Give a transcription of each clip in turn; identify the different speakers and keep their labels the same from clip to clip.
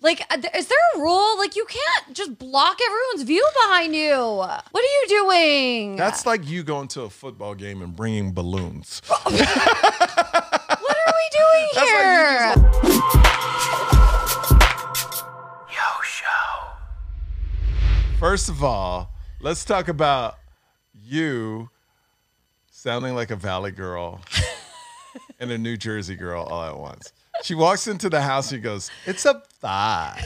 Speaker 1: Like, uh, th- is there a rule? Like, you can't just block everyone's view behind you. What are you doing?
Speaker 2: That's like you going to a football game and bringing balloons.
Speaker 1: what are we doing
Speaker 2: That's like you
Speaker 1: here?
Speaker 2: just- First of all, let's talk about you sounding like a valley girl and a New Jersey girl all at once. She walks into the house and goes, It's a thigh.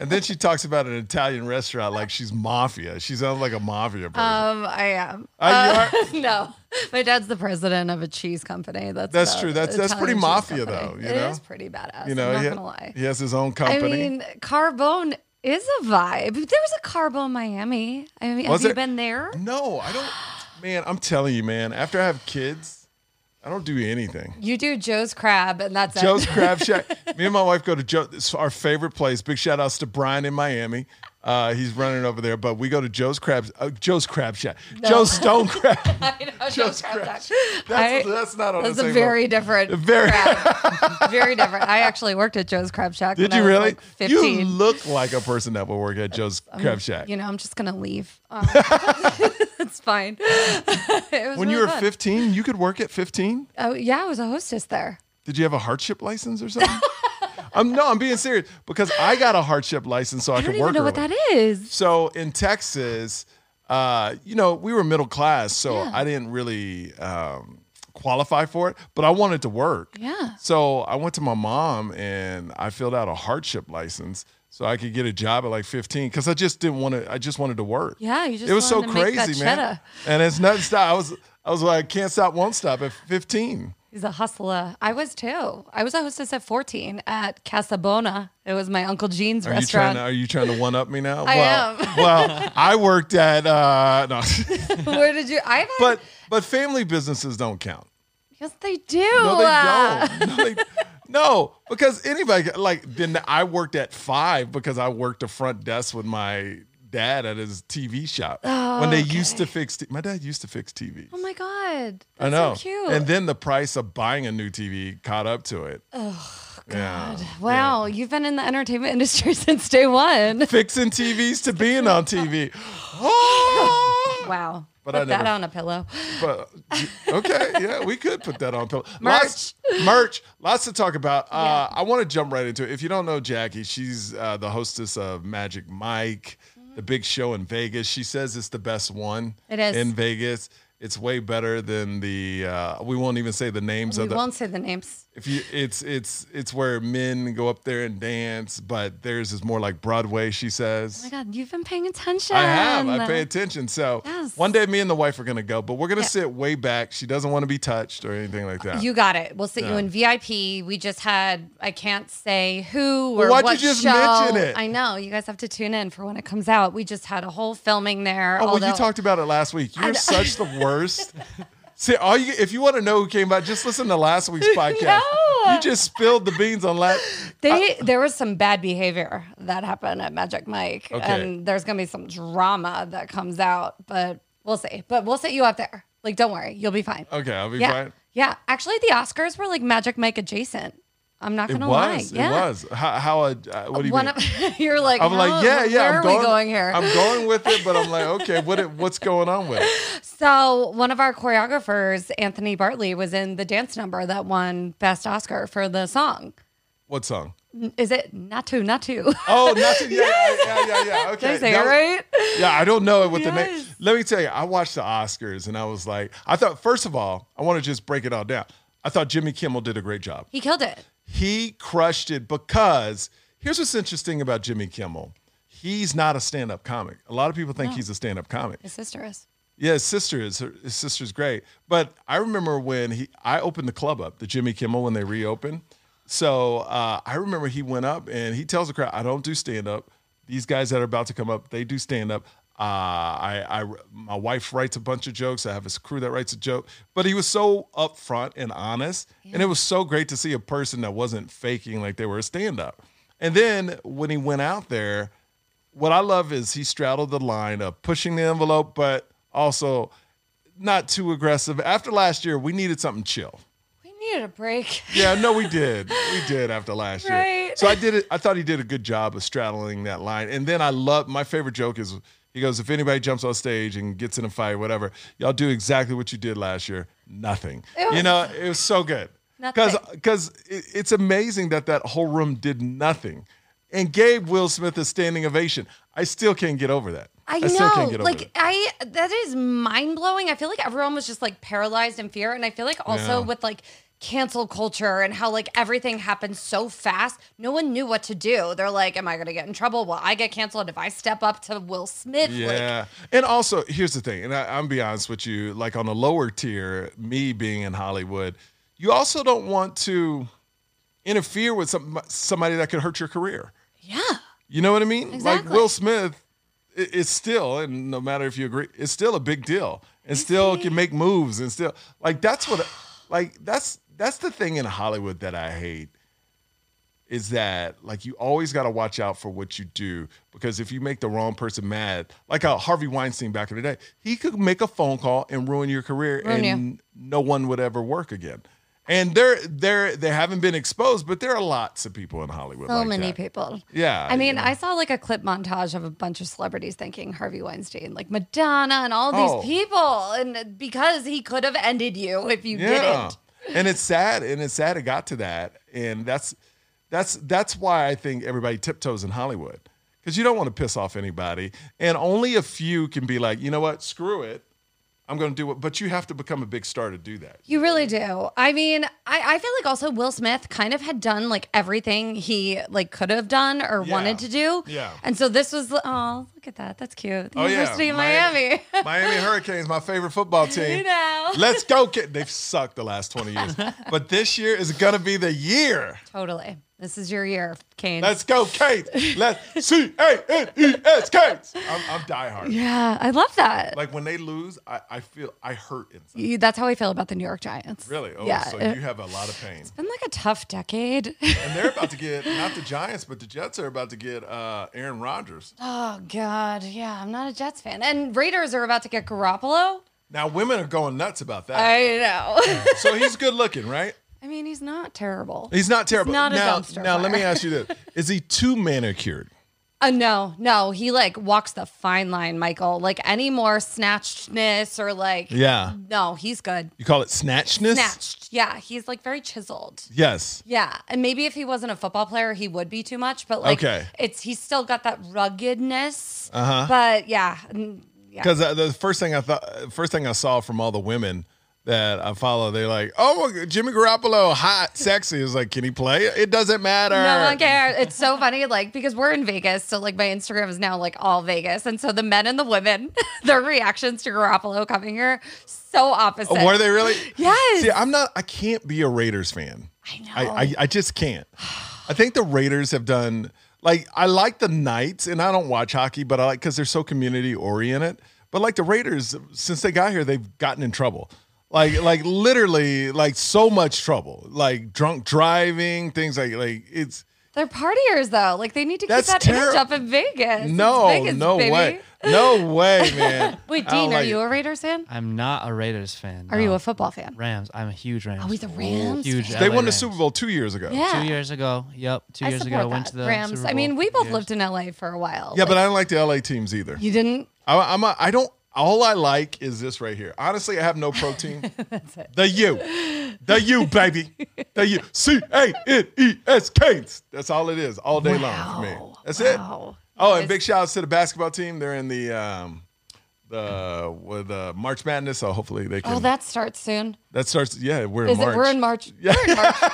Speaker 2: and then she talks about an Italian restaurant like she's mafia. She sounds like a mafia person.
Speaker 1: um, I am.
Speaker 2: Uh, you
Speaker 1: no, my dad's the president of a cheese company. That's
Speaker 2: That's
Speaker 1: the
Speaker 2: true. That's- that's pretty
Speaker 1: Italian cheese
Speaker 2: mafia,
Speaker 1: company.
Speaker 2: though, you know?
Speaker 1: it is pretty badass.
Speaker 2: you know,
Speaker 1: I'm not
Speaker 2: he,
Speaker 1: gonna lie.
Speaker 2: he has his own
Speaker 1: I
Speaker 2: company.
Speaker 1: mean, Carbone is a vibe. There was a Carbone Miami. I mean,
Speaker 2: Was
Speaker 1: have you
Speaker 2: it-
Speaker 1: been there?
Speaker 2: no, I don't. Man, I'm telling you, man, after I have kids, I don't do anything.
Speaker 1: You do Joe's Crab, and that's
Speaker 2: Joe's
Speaker 1: it.
Speaker 2: Crab Shack. Me and my wife go to Joe. It's our favorite place. Big shout outs to Brian in Miami. Uh, he's running over there, but we go to Joe's Crab. Uh, Joe's Crab Shack. Joe's Stone Crab.
Speaker 1: I know, Joe's,
Speaker 2: Joe's
Speaker 1: Crab.
Speaker 2: Crab.
Speaker 1: Shack.
Speaker 2: That's,
Speaker 1: I-
Speaker 2: that's not on
Speaker 1: that's
Speaker 2: the
Speaker 1: a
Speaker 2: same
Speaker 1: very
Speaker 2: level.
Speaker 1: different,
Speaker 2: Very-
Speaker 1: crab. very different. I actually worked at Joe's Crab Shack.
Speaker 2: Did
Speaker 1: when
Speaker 2: you
Speaker 1: I was
Speaker 2: really?
Speaker 1: Like Fifteen. Um,
Speaker 2: You look like a person that would work at Joe's Crab Shack.
Speaker 1: You know, I'm just gonna leave. Um, it's fine. It was
Speaker 2: when
Speaker 1: really
Speaker 2: you were
Speaker 1: fun.
Speaker 2: 15, you could work at 15.
Speaker 1: Oh yeah, I was a hostess there.
Speaker 2: Did you have a hardship license or something? I'm no, I'm being serious because I got a hardship license so I,
Speaker 1: I don't
Speaker 2: could
Speaker 1: even
Speaker 2: work.
Speaker 1: know what
Speaker 2: early.
Speaker 1: that is.
Speaker 2: So in Texas, uh, you know, we were middle class, so
Speaker 1: Yeah.
Speaker 2: I didn't really um, qualify for it, but I wanted to work.
Speaker 1: Yeah.
Speaker 2: So I went to my mom and I filled out a hardship license so I could get a job at like 15 because I just didn't want to. I just wanted to work.
Speaker 1: Yeah, you just
Speaker 2: it was so
Speaker 1: wanted to make that
Speaker 2: crazy, man.
Speaker 1: cheddar.
Speaker 2: And it's not stop. I was I was like can't stop, won't stop at 15.
Speaker 1: He's a hustler. I was too. I was a hostess at 14 at Casabona. It was my Uncle Gene's
Speaker 2: Are you trying
Speaker 1: restaurant.
Speaker 2: to Are you trying to one up me now?
Speaker 1: I
Speaker 2: well,
Speaker 1: am.
Speaker 2: well, I worked at uh, no,
Speaker 1: Where did you? I've had,
Speaker 2: but but family businesses don't count.
Speaker 1: yes, they do.
Speaker 2: No, they
Speaker 1: Uh,
Speaker 2: don't. No, they- no, because anybody like then I worked at five because I worked the front desk with my dad at his TV shop when they used to fix. T- my dad used to fix TVs.
Speaker 1: Oh my god, that's
Speaker 2: I know.
Speaker 1: so cute.
Speaker 2: And then the price of buying a new TV caught up to it. Oh God!
Speaker 1: wow, you've been in the entertainment industry since day one.
Speaker 2: Fixing TVs to being on TV. Oh!
Speaker 1: Wow.
Speaker 2: But
Speaker 1: Put
Speaker 2: I
Speaker 1: that
Speaker 2: never-
Speaker 1: on a pillow.
Speaker 2: But okay, yeah, we could put that on pillow.
Speaker 1: Merch.
Speaker 2: lots, merch, lots to talk about. Uh, I want to jump right into it. If you don't know Jackie, she's uh, the hostess of Magic Mike, the big show in Vegas. She says it's the best one.
Speaker 1: Mm-hmm. It is.
Speaker 2: in Vegas. It's way better than the. Uh, we won't even say the names
Speaker 1: We
Speaker 2: of the.
Speaker 1: won't say the names.
Speaker 2: If you, it's it's it's where men go up there and dance, but theirs is more like Broadway. She says.
Speaker 1: Oh my god, you've been paying attention.
Speaker 2: I have. I pay attention. So
Speaker 1: Um, Yes.
Speaker 2: one day, me and the wife are gonna go, but we're gonna sit way back. She doesn't want to be touched or anything like that.
Speaker 1: You got it. We'll sit you in VIP. We just had I can't say who or
Speaker 2: why'd you
Speaker 1: what
Speaker 2: just
Speaker 1: show.
Speaker 2: mention it?
Speaker 1: I know you guys have to tune in for when it comes out. We just had a whole filming there.
Speaker 2: oh, well, you
Speaker 1: although-
Speaker 2: talked about it last week. You're such the worst. See, all you if you want to know who came by, just listen to last week's podcast.
Speaker 1: No.
Speaker 2: You just spilled the beans on last.
Speaker 1: They
Speaker 2: Uh,
Speaker 1: there was some bad behavior that happened at Magic Mike,
Speaker 2: Okay.
Speaker 1: and there's gonna be some drama that comes out, but we'll see. But we'll set you up there. Like, don't worry, you'll be fine.
Speaker 2: Okay, I'll be
Speaker 1: yeah,
Speaker 2: fine.
Speaker 1: yeah. Actually, the Oscars were like Magic Mike adjacent. I'm not
Speaker 2: It
Speaker 1: gonna
Speaker 2: was.
Speaker 1: lie. Yeah.
Speaker 2: It was. How? how uh, uh, what do you
Speaker 1: One
Speaker 2: mean?
Speaker 1: of, you're like,
Speaker 2: I'm like, yeah, yeah.
Speaker 1: Where
Speaker 2: I'm
Speaker 1: are
Speaker 2: going,
Speaker 1: we going here?
Speaker 2: I'm going with it, but I'm like, okay, what? it- What's going on with it?
Speaker 1: So one of our choreographers, Anthony Bartley, was in the dance number that won Best Oscar for the song.
Speaker 2: What song?
Speaker 1: Is it Natu Natu?
Speaker 2: Oh, nothing. Yeah, yeah, yeah, yeah. Okay.
Speaker 1: Did I say
Speaker 2: That-
Speaker 1: it right?
Speaker 2: Yeah, I don't know what the name.
Speaker 1: Yes.
Speaker 2: Let me tell you, I watched the Oscars and I was like, I thought first of all, I want to just break it all down. I thought Jimmy Kimmel did a great job.
Speaker 1: He killed it.
Speaker 2: He crushed it because here's what's interesting about Jimmy Kimmel. He's not a stand-up comic. A lot of people think he's a stand-up comic.
Speaker 1: His sister is.
Speaker 2: Yeah, his sister is her, his sister's great. But I remember when he I opened the club up, the Jimmy Kimmel when they reopened. So uh, I remember he went up and he tells the crowd, "I don't do stand up. These guys that are about to come up, they do stand up. Uh, I, I, my wife writes a bunch of jokes. I have a crew that writes a joke. But he was so upfront and honest, and it was so great to see a person that wasn't faking like they were a stand up. And then when he went out there, what I love is he straddled the line of pushing the envelope, but also not too aggressive. After last year, we needed something chill.
Speaker 1: We needed a break.
Speaker 2: Yeah, no, we did. We did after last year.
Speaker 1: Right. Right?
Speaker 2: So I did it. I thought he did a good job of straddling that line. And then I love my favorite joke is he goes, if anybody jumps on stage and gets in a fight, whatever, y'all do exactly what you did last year. Nothing.
Speaker 1: It
Speaker 2: you know, it was so good. Because
Speaker 1: Nothing.
Speaker 2: because it, it's amazing that that whole room did nothing. And gave Will Smith a standing ovation. I still can't get over that.
Speaker 1: I,
Speaker 2: still
Speaker 1: know.
Speaker 2: can't get over
Speaker 1: Like
Speaker 2: that.
Speaker 1: I that is mind blowing. I feel like everyone was just like paralyzed in fear. And I feel like also
Speaker 2: Yeah.
Speaker 1: with like cancel culture and how like everything happened so fast, no one knew what to do. They're like, Am I gonna get in trouble? Will I get canceled if I step up to Will Smith? Like
Speaker 2: Yeah. and also, here's the thing, and I, I'm be honest with you, like on a lower tier, me being in Hollywood, you also don't want to interfere with some, somebody that could hurt your career.
Speaker 1: Yeah.
Speaker 2: You know what I mean?
Speaker 1: Exactly.
Speaker 2: Like Will Smith i- is still, and no matter if you agree, it's still a big deal, and still can make moves, and still like that's what, like that's that's the thing in Hollywood that I hate is that like you always got to watch out for what you do because if you make the wrong person mad, like uh, Harvey Weinstein back in the day, he could make a phone call and ruin your career,
Speaker 1: Ruin you.
Speaker 2: and no one would ever work again. And they're they're they haven't been exposed, but there are lots of people in Hollywood.
Speaker 1: So
Speaker 2: like
Speaker 1: many
Speaker 2: that.
Speaker 1: people.
Speaker 2: Yeah,
Speaker 1: I mean,
Speaker 2: yeah.
Speaker 1: I saw like a clip montage of a bunch of celebrities thanking Harvey Weinstein, like Madonna and all these
Speaker 2: Oh.
Speaker 1: people. And because he could have ended you if you didn't.
Speaker 2: And it's sad, and it's sad it got to that. And that's that's that's why I think everybody tiptoes in Hollywood. Because you don't want to piss off anybody. And only a few can be like, you know what, screw it. I'm gonna do it. But you have to become a big star to do that.
Speaker 1: You really do. I mean, I, I feel like also Will Smith kind of had done like everything he like could have done or
Speaker 2: Yeah.
Speaker 1: wanted to do.
Speaker 2: Yeah. Oh,
Speaker 1: And so this was oh, look at that. That's cute. The University of Miami.
Speaker 2: Miami Hurricanes, my favorite football team.
Speaker 1: You know.
Speaker 2: Let's go kid. They've sucked the last 20 years. But this year is gonna be the year.
Speaker 1: totally. This is your year, Kane.
Speaker 2: Let's go, Kate. Let's C A N E S Kate. I'm, I'm diehard.
Speaker 1: yeah, I love that.
Speaker 2: Like when they lose, I, I feel I hurt inside.
Speaker 1: You- that's how I feel about the New York Giants.
Speaker 2: Really? Oh,
Speaker 1: yeah.
Speaker 2: so
Speaker 1: it-
Speaker 2: you have a lot of pain.
Speaker 1: It's been like a tough decade.
Speaker 2: And they're about to get not the Giants, but the Jets are about to get uh, Aaron Rodgers.
Speaker 1: oh God, yeah, I'm not a Jets fan, and Raiders are about to get Garoppolo.
Speaker 2: Now women are going nuts about that.
Speaker 1: I know.
Speaker 2: so he's good looking, right?
Speaker 1: I mean, he's not terrible.
Speaker 2: He's not terrible.
Speaker 1: not a
Speaker 2: now,
Speaker 1: dumpster
Speaker 2: now let me
Speaker 1: fire.
Speaker 2: ask you this: Is he too manicured?
Speaker 1: Uh, no, no, he like walks the fine line, Michael. Like any more snatchedness or like,
Speaker 2: Yeah.
Speaker 1: no, he's good.
Speaker 2: You call it snatchness?
Speaker 1: Snatched, yeah, he's like very chiseled.
Speaker 2: Yes.
Speaker 1: Yeah, and maybe if he wasn't a football player, he would be too much. But like,
Speaker 2: Okay.
Speaker 1: it's he's still got that ruggedness. Uh-huh. But yeah, n- yeah.
Speaker 2: Because uh, the first thing I thought, first thing I saw from all the women that I follow, they're like, "Oh, my God, Jimmy Garoppolo, hot, sexy." Is like, can he play? It doesn't matter.
Speaker 1: No one cares. It's so funny, like because we're in Vegas, so like my Instagram is now like all Vegas, and so the men and the women, their reactions to Garoppolo coming here, so opposite.
Speaker 2: Oh, were they really?
Speaker 1: Yes.
Speaker 2: See, I'm not. I can't be a Raiders fan.
Speaker 1: I know.
Speaker 2: I, I, I just can't. I think the Raiders have done like I like the Knights, and I don't watch hockey, but I like because they're so community oriented. But like the Raiders, since they got here, they've gotten in trouble. Like like literally like so much trouble. Like drunk driving, things like like it's.
Speaker 1: They're partiers though. Like they need to
Speaker 2: That's
Speaker 1: keep that image
Speaker 2: terri-
Speaker 1: up in Vegas. It's
Speaker 2: No,
Speaker 1: Vegas,
Speaker 2: no
Speaker 1: baby.
Speaker 2: way. No way, man.
Speaker 1: Wait,
Speaker 2: I don't
Speaker 1: Dean, are
Speaker 2: like
Speaker 1: you
Speaker 2: it.
Speaker 1: a Raiders fan?
Speaker 3: I'm not a Raiders fan.
Speaker 1: Are you
Speaker 3: no.
Speaker 1: a football fan?
Speaker 3: Rams? I'm a huge Rams.
Speaker 1: Oh, he's a
Speaker 3: fan.
Speaker 1: Rams
Speaker 3: Huge.
Speaker 1: fan.
Speaker 2: They
Speaker 3: LA
Speaker 2: won the
Speaker 3: Rams.
Speaker 2: Super Bowl two years ago.
Speaker 1: Yeah.
Speaker 3: Two years ago. Yep. Two
Speaker 1: I
Speaker 3: years
Speaker 1: support
Speaker 3: ago, I went
Speaker 1: that.
Speaker 3: to the
Speaker 1: Rams.
Speaker 3: Super
Speaker 1: I mean,
Speaker 3: Bowl.
Speaker 1: we both
Speaker 3: Yes.
Speaker 1: lived in LA for a while.
Speaker 2: Yeah,
Speaker 1: Like,
Speaker 2: but I don't like the LA teams either.
Speaker 1: you didn't.
Speaker 2: I, I'm a, I don't. All I like is this right here. Honestly, I have no protein. That's it. The U, the U, baby, the U. C A N E S Canes. That's all it is, all day long for me.
Speaker 1: Wow.
Speaker 2: That's
Speaker 1: Wow.
Speaker 2: it. Oh, and
Speaker 1: It's-
Speaker 2: big shout outs to the basketball team. They're in the um, the with uh, March Madness. So hopefully they can.
Speaker 1: Oh, that starts soon.
Speaker 2: that starts. Yeah, we're in
Speaker 1: Is
Speaker 2: March.
Speaker 1: it? We're in March. We're in March.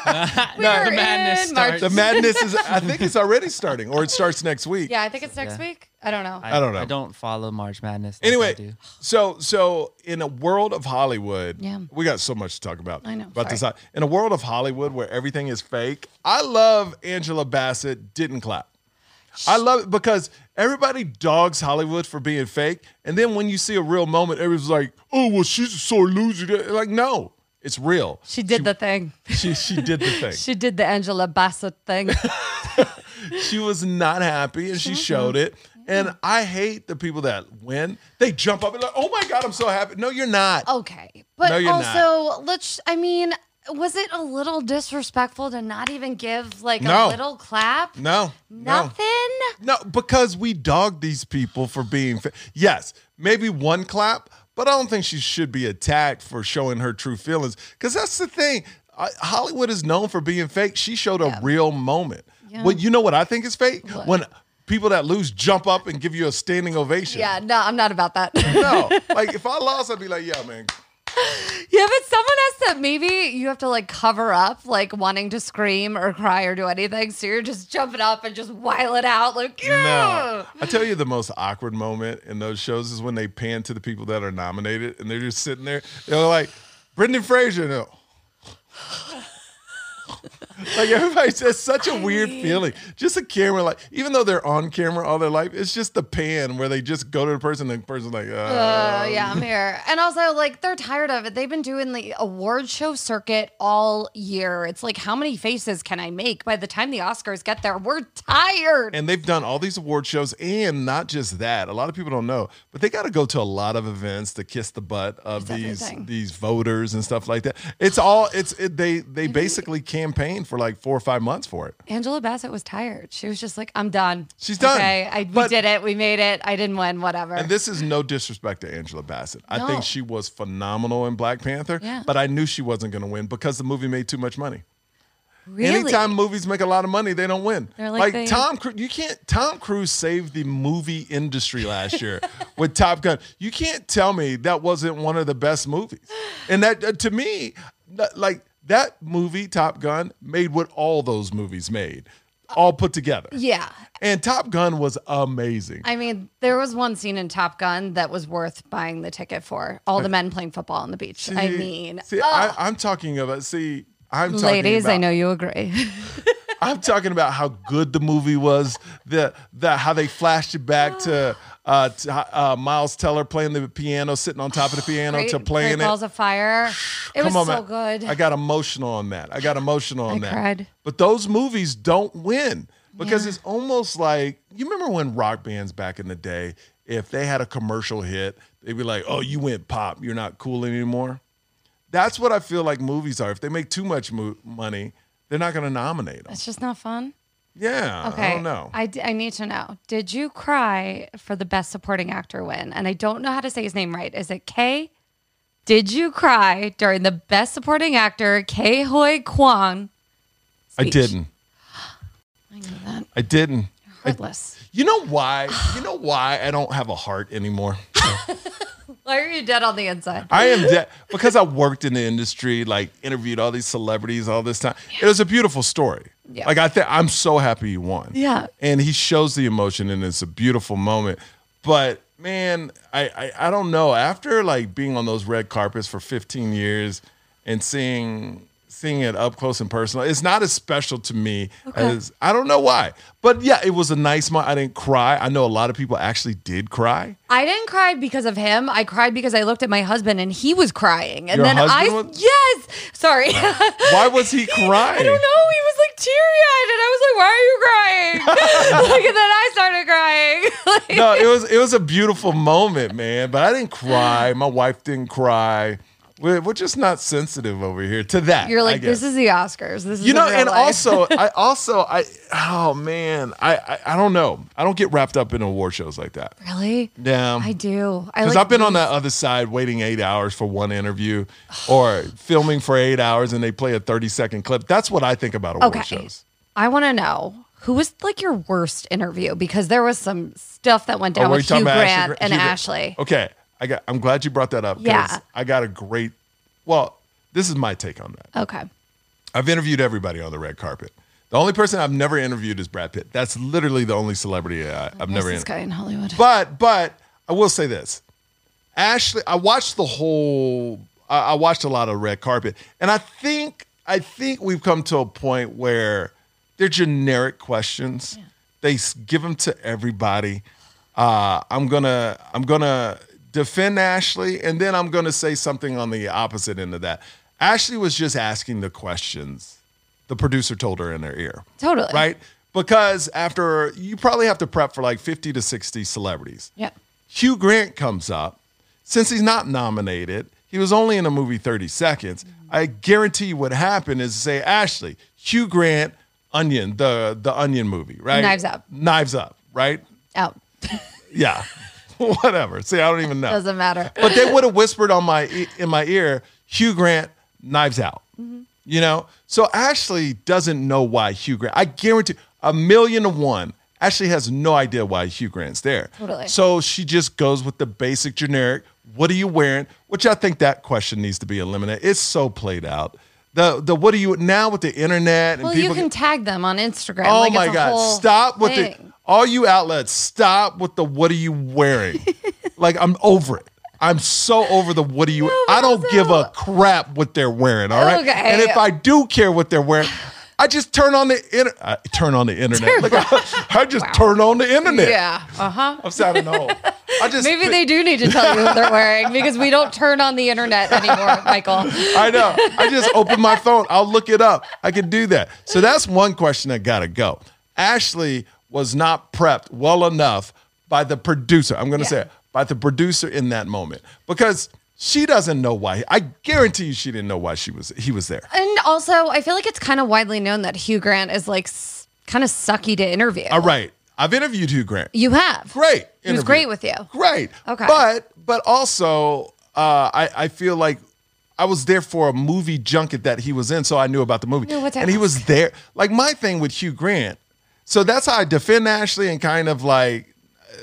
Speaker 1: We're
Speaker 3: the madness
Speaker 1: in March.
Speaker 3: starts.
Speaker 2: the madness is. I think it's already starting, or it starts next week.
Speaker 1: Yeah, I think it's next week. I don't know.
Speaker 2: I don't know.
Speaker 3: I don't follow March Madness. like I
Speaker 2: Anyway,
Speaker 3: do.
Speaker 2: so so in a world of Hollywood,
Speaker 1: Yeah.
Speaker 2: we got so much to talk about.
Speaker 1: I know,
Speaker 2: about this.
Speaker 1: sorry.
Speaker 2: In a world of Hollywood where everything is fake, I love Angela Bassett didn't clap. I love it because everybody dogs Hollywood for being fake, and then when you see a real moment, everyone's like, "Oh, well, she's a sore loser." Like, no, it's real.
Speaker 1: she did the thing.
Speaker 2: She she did the thing.
Speaker 1: She did the Angela Bassett thing.
Speaker 2: she was not happy and she showed it. And I hate the people that win. They jump up and like, "Oh my god, I'm so happy." No, you're not.
Speaker 1: okay, but
Speaker 2: No, you're not.
Speaker 1: also let's. I mean, was it a little disrespectful to not even give like
Speaker 2: No.
Speaker 1: a little clap?
Speaker 2: No, no.
Speaker 1: Nothing.
Speaker 2: No, because we dog these people for being. Fa- yes, maybe one clap, but I don't think she should be attacked for showing her true feelings. Because that's the thing. I, Hollywood is known for being fake. She showed a real moment.
Speaker 1: Yeah.
Speaker 2: Well, you know what I think is fake?
Speaker 1: What?
Speaker 2: When people that lose jump up and give you a standing ovation.
Speaker 1: Yeah, no, I'm not about that.
Speaker 2: No, like if I lost, I'd be like, yeah, man.
Speaker 1: Yeah, but someone has to maybe you have to like cover up like wanting to scream or cry or do anything. So you're just jumping up and just while it out like yeah.
Speaker 2: No. I tell you the most awkward moment in those shows is when they pan to the people that are nominated and they're just sitting there. They're like, Brendan Fraser. No. like everybody's just such a weird feeling. Just a camera, like even though they're on camera all their life, it's just the pan where they just go to the person and the person's like, uh,
Speaker 1: Uh, yeah, I'm here. And also, like, they're tired of it. They've been doing the award show circuit all year. It's like, how many faces can I make by the time the Oscars get there? We're tired.
Speaker 2: and they've done all these award shows and not just that a lot of people don't know but they got to go to a lot of events to kiss the butt of
Speaker 1: It's
Speaker 2: these
Speaker 1: everything.
Speaker 2: these voters and stuff like that it's all it's it, they they
Speaker 1: Mm-hmm.
Speaker 2: basically campaigned for like four or five months for it
Speaker 1: Angela Bassett was tired. She was just like, I'm done.
Speaker 2: She's done.
Speaker 1: Okay, I, we
Speaker 2: But-
Speaker 1: did it. We made it. I didn't win. Whatever.
Speaker 2: and this is no disrespect to Angela Bassett. I
Speaker 1: No.
Speaker 2: think she was phenomenal in Black Panther,
Speaker 1: Yeah.
Speaker 2: but I knew she wasn't going to win because the movie made too much money.
Speaker 1: really?
Speaker 2: Anytime movies make a lot of money, they don't win.
Speaker 1: They're
Speaker 2: like
Speaker 1: like they-
Speaker 2: Tom Cruise, you can't. Tom Cruise saved the movie industry last year with Top Gun. You can't tell me that wasn't one of the best movies. And that uh, to me, that- like that movie Top Gun made what all those movies made, all put together.
Speaker 1: yeah.
Speaker 2: And Top Gun was amazing.
Speaker 1: I mean, there was one scene in Top Gun that was worth buying the ticket for. All the men playing football on the beach. I
Speaker 2: See-
Speaker 1: mean, oh, ah.
Speaker 2: see, I, I'm talking about. See, I'm talking
Speaker 1: ladies, I
Speaker 2: about-
Speaker 1: know you agree.
Speaker 2: I'm talking about how good the movie was. The the how they flashed it back to uh, to, uh, Miles Teller playing the piano, sitting on top of the piano
Speaker 1: Great-
Speaker 2: to
Speaker 1: great
Speaker 2: playing it.
Speaker 1: Balls of Fire. It was
Speaker 2: Come on,
Speaker 1: so
Speaker 2: man.
Speaker 1: good.
Speaker 2: I got emotional on that. I got emotional on
Speaker 1: I
Speaker 2: that.
Speaker 1: cried.
Speaker 2: But those movies don't win because
Speaker 1: Yeah.
Speaker 2: it's almost like you remember when rock bands back in the day, if they had a commercial hit, they'd be like, "Oh, you went pop. You're not cool anymore." That's what I feel like movies are. If they make too much mo- money, they're not going to nominate them.
Speaker 1: it's just not fun.
Speaker 2: Yeah,
Speaker 1: Okay.
Speaker 2: I don't know.
Speaker 1: I, d- I need to know. Did you cry for the best supporting actor win? And I don't know how to say his name right. Is it K? Did you cry during the best supporting actor K Hoi Kwan?
Speaker 2: I
Speaker 1: speech?
Speaker 2: didn't.
Speaker 1: I knew that.
Speaker 2: I didn't.
Speaker 1: Heartless.
Speaker 2: You know why? You know why I don't have a heart anymore?
Speaker 1: Why are you dead on the inside?
Speaker 2: I am dead because I worked in the industry, like interviewed all these celebrities all this time. It was a beautiful story.
Speaker 1: Yeah.
Speaker 2: Like I think I'm so happy he won.
Speaker 1: Yeah.
Speaker 2: And he shows the emotion and it's a beautiful moment. But man, I, I I don't know. After like being on those red carpets for 15 years and seeing seeing it up close and personal, it's not as special to me as I don't know why. But yeah, it was a nice moment. I didn't cry. I know a lot of people actually did cry.
Speaker 1: I didn't cry because of him. I cried because I looked at my husband and he was crying. And
Speaker 2: Your
Speaker 1: then I
Speaker 2: husband was-
Speaker 1: yes, sorry. I
Speaker 2: Why was he crying?
Speaker 1: don't know. He was like teary eyed, and I was like, "Why are you crying?" like, and then I started crying. like,
Speaker 2: no, it was it was a beautiful moment, man. But I didn't cry. My wife didn't cry. We're, we're just not sensitive over here to that.
Speaker 1: You're
Speaker 2: I
Speaker 1: like,
Speaker 2: guess.
Speaker 1: "This is the Oscars. This is
Speaker 2: you know,
Speaker 1: the real
Speaker 2: and
Speaker 1: life."
Speaker 2: also I also I oh man, I, I I don't know. I don't get wrapped up in award shows like that.
Speaker 1: really,
Speaker 2: Yeah.
Speaker 1: I do. I
Speaker 2: Because
Speaker 1: like,
Speaker 2: I've been on that other side waiting eight hours for one interview or filming for eight hours and they play a 30 second clip. That's what I think about award
Speaker 1: Okay.
Speaker 2: shows.
Speaker 1: I want to know who was like your worst interview because there was some stuff that went down
Speaker 2: Oh, were you
Speaker 1: with Hugh
Speaker 2: talking about Ashley
Speaker 1: Grant
Speaker 2: Gra-
Speaker 1: and
Speaker 2: Hugh Grant?
Speaker 1: Ashley.
Speaker 2: Okay, I got. I'm glad you brought that up. 'cause
Speaker 1: Yeah.
Speaker 2: I got a great. Well, this is my take on that.
Speaker 1: Okay.
Speaker 2: I've interviewed everybody on the red carpet. The only person I've never interviewed is Brad Pitt. That's literally the only celebrity I, I've
Speaker 1: Where's
Speaker 2: never
Speaker 1: this
Speaker 2: interviewed.
Speaker 1: guy in Hollywood?
Speaker 2: But but I will say this, Ashley. I watched the whole. I, I watched a lot of red carpet, and I think I think we've come to a point where they're generic questions. They s- give them to everybody. Uh, I'm gonna I'm gonna defend Ashley, and then I'm gonna say something on the opposite end of that. Ashley was just asking the questions. The producer told her in her ear.
Speaker 1: Totally.
Speaker 2: Right? Because after you probably have to prep for like 50 to 60 celebrities.
Speaker 1: Yep.
Speaker 2: Hugh Grant comes up. Since he's not nominated, He was only in a movie 30 seconds. I guarantee you what happened is say, Ashley, Hugh Grant, Onion, the the Onion movie, right?
Speaker 1: Knives Up.
Speaker 2: Knives Up, right?
Speaker 1: Out.
Speaker 2: Yeah. Whatever. See, I don't even know.
Speaker 1: Doesn't matter.
Speaker 2: But they would have whispered on my e- in my ear, Hugh Grant, Knives Out.
Speaker 1: Mm-hmm.
Speaker 2: You know, so Ashley doesn't know why Hugh Grant. I guarantee a million to one. Ashley has no idea why Hugh Grant's there.
Speaker 1: Totally.
Speaker 2: So she just goes with the basic generic. What are you wearing? Which I think that question needs to be eliminated. It's so played out. The the what are you now with the internet and
Speaker 1: Well,
Speaker 2: people
Speaker 1: you can
Speaker 2: get-
Speaker 1: tag them on Instagram.
Speaker 2: Oh
Speaker 1: like,
Speaker 2: my
Speaker 1: it's a
Speaker 2: God.
Speaker 1: whole
Speaker 2: Stop with
Speaker 1: thing.
Speaker 2: the all you outlets, stop with the what are you wearing? like I'm over it. I'm so over the what are you
Speaker 1: but
Speaker 2: I don't
Speaker 1: also-
Speaker 2: give a crap what they're wearing, all right?
Speaker 1: Okay.
Speaker 2: And if I do care what they're wearing, I just turn on the inter- I turn on the internet. Look, I, I just turn on the internet.
Speaker 1: Yeah. Uh huh.
Speaker 2: I'm sounding old. I just
Speaker 1: Maybe they do need to tell you what they're wearing because we don't turn on the internet anymore, Michael.
Speaker 2: I know. I just open my phone. I'll look it up. I can do that. So that's one question that got to go. Ashley was not prepped well enough by the producer. I'm going to
Speaker 1: Yeah.
Speaker 2: say it, by the producer in that moment because she doesn't know why. I guarantee you, she didn't know why she was he was there.
Speaker 1: And also, I feel like it's kind of widely known that Hugh Grant is like s- kind of sucky to interview.
Speaker 2: All right, I've interviewed Hugh Grant.
Speaker 1: You have.
Speaker 2: Great.
Speaker 1: He was
Speaker 2: interview.
Speaker 1: great with you.
Speaker 2: Great.
Speaker 1: Okay.
Speaker 2: But but also, uh, I I feel like I was there for a movie junket that he was in, so I knew about the movie.
Speaker 1: No, what to
Speaker 2: and he was there. Like my thing with Hugh Grant. So that's how I defend Ashley and kind of like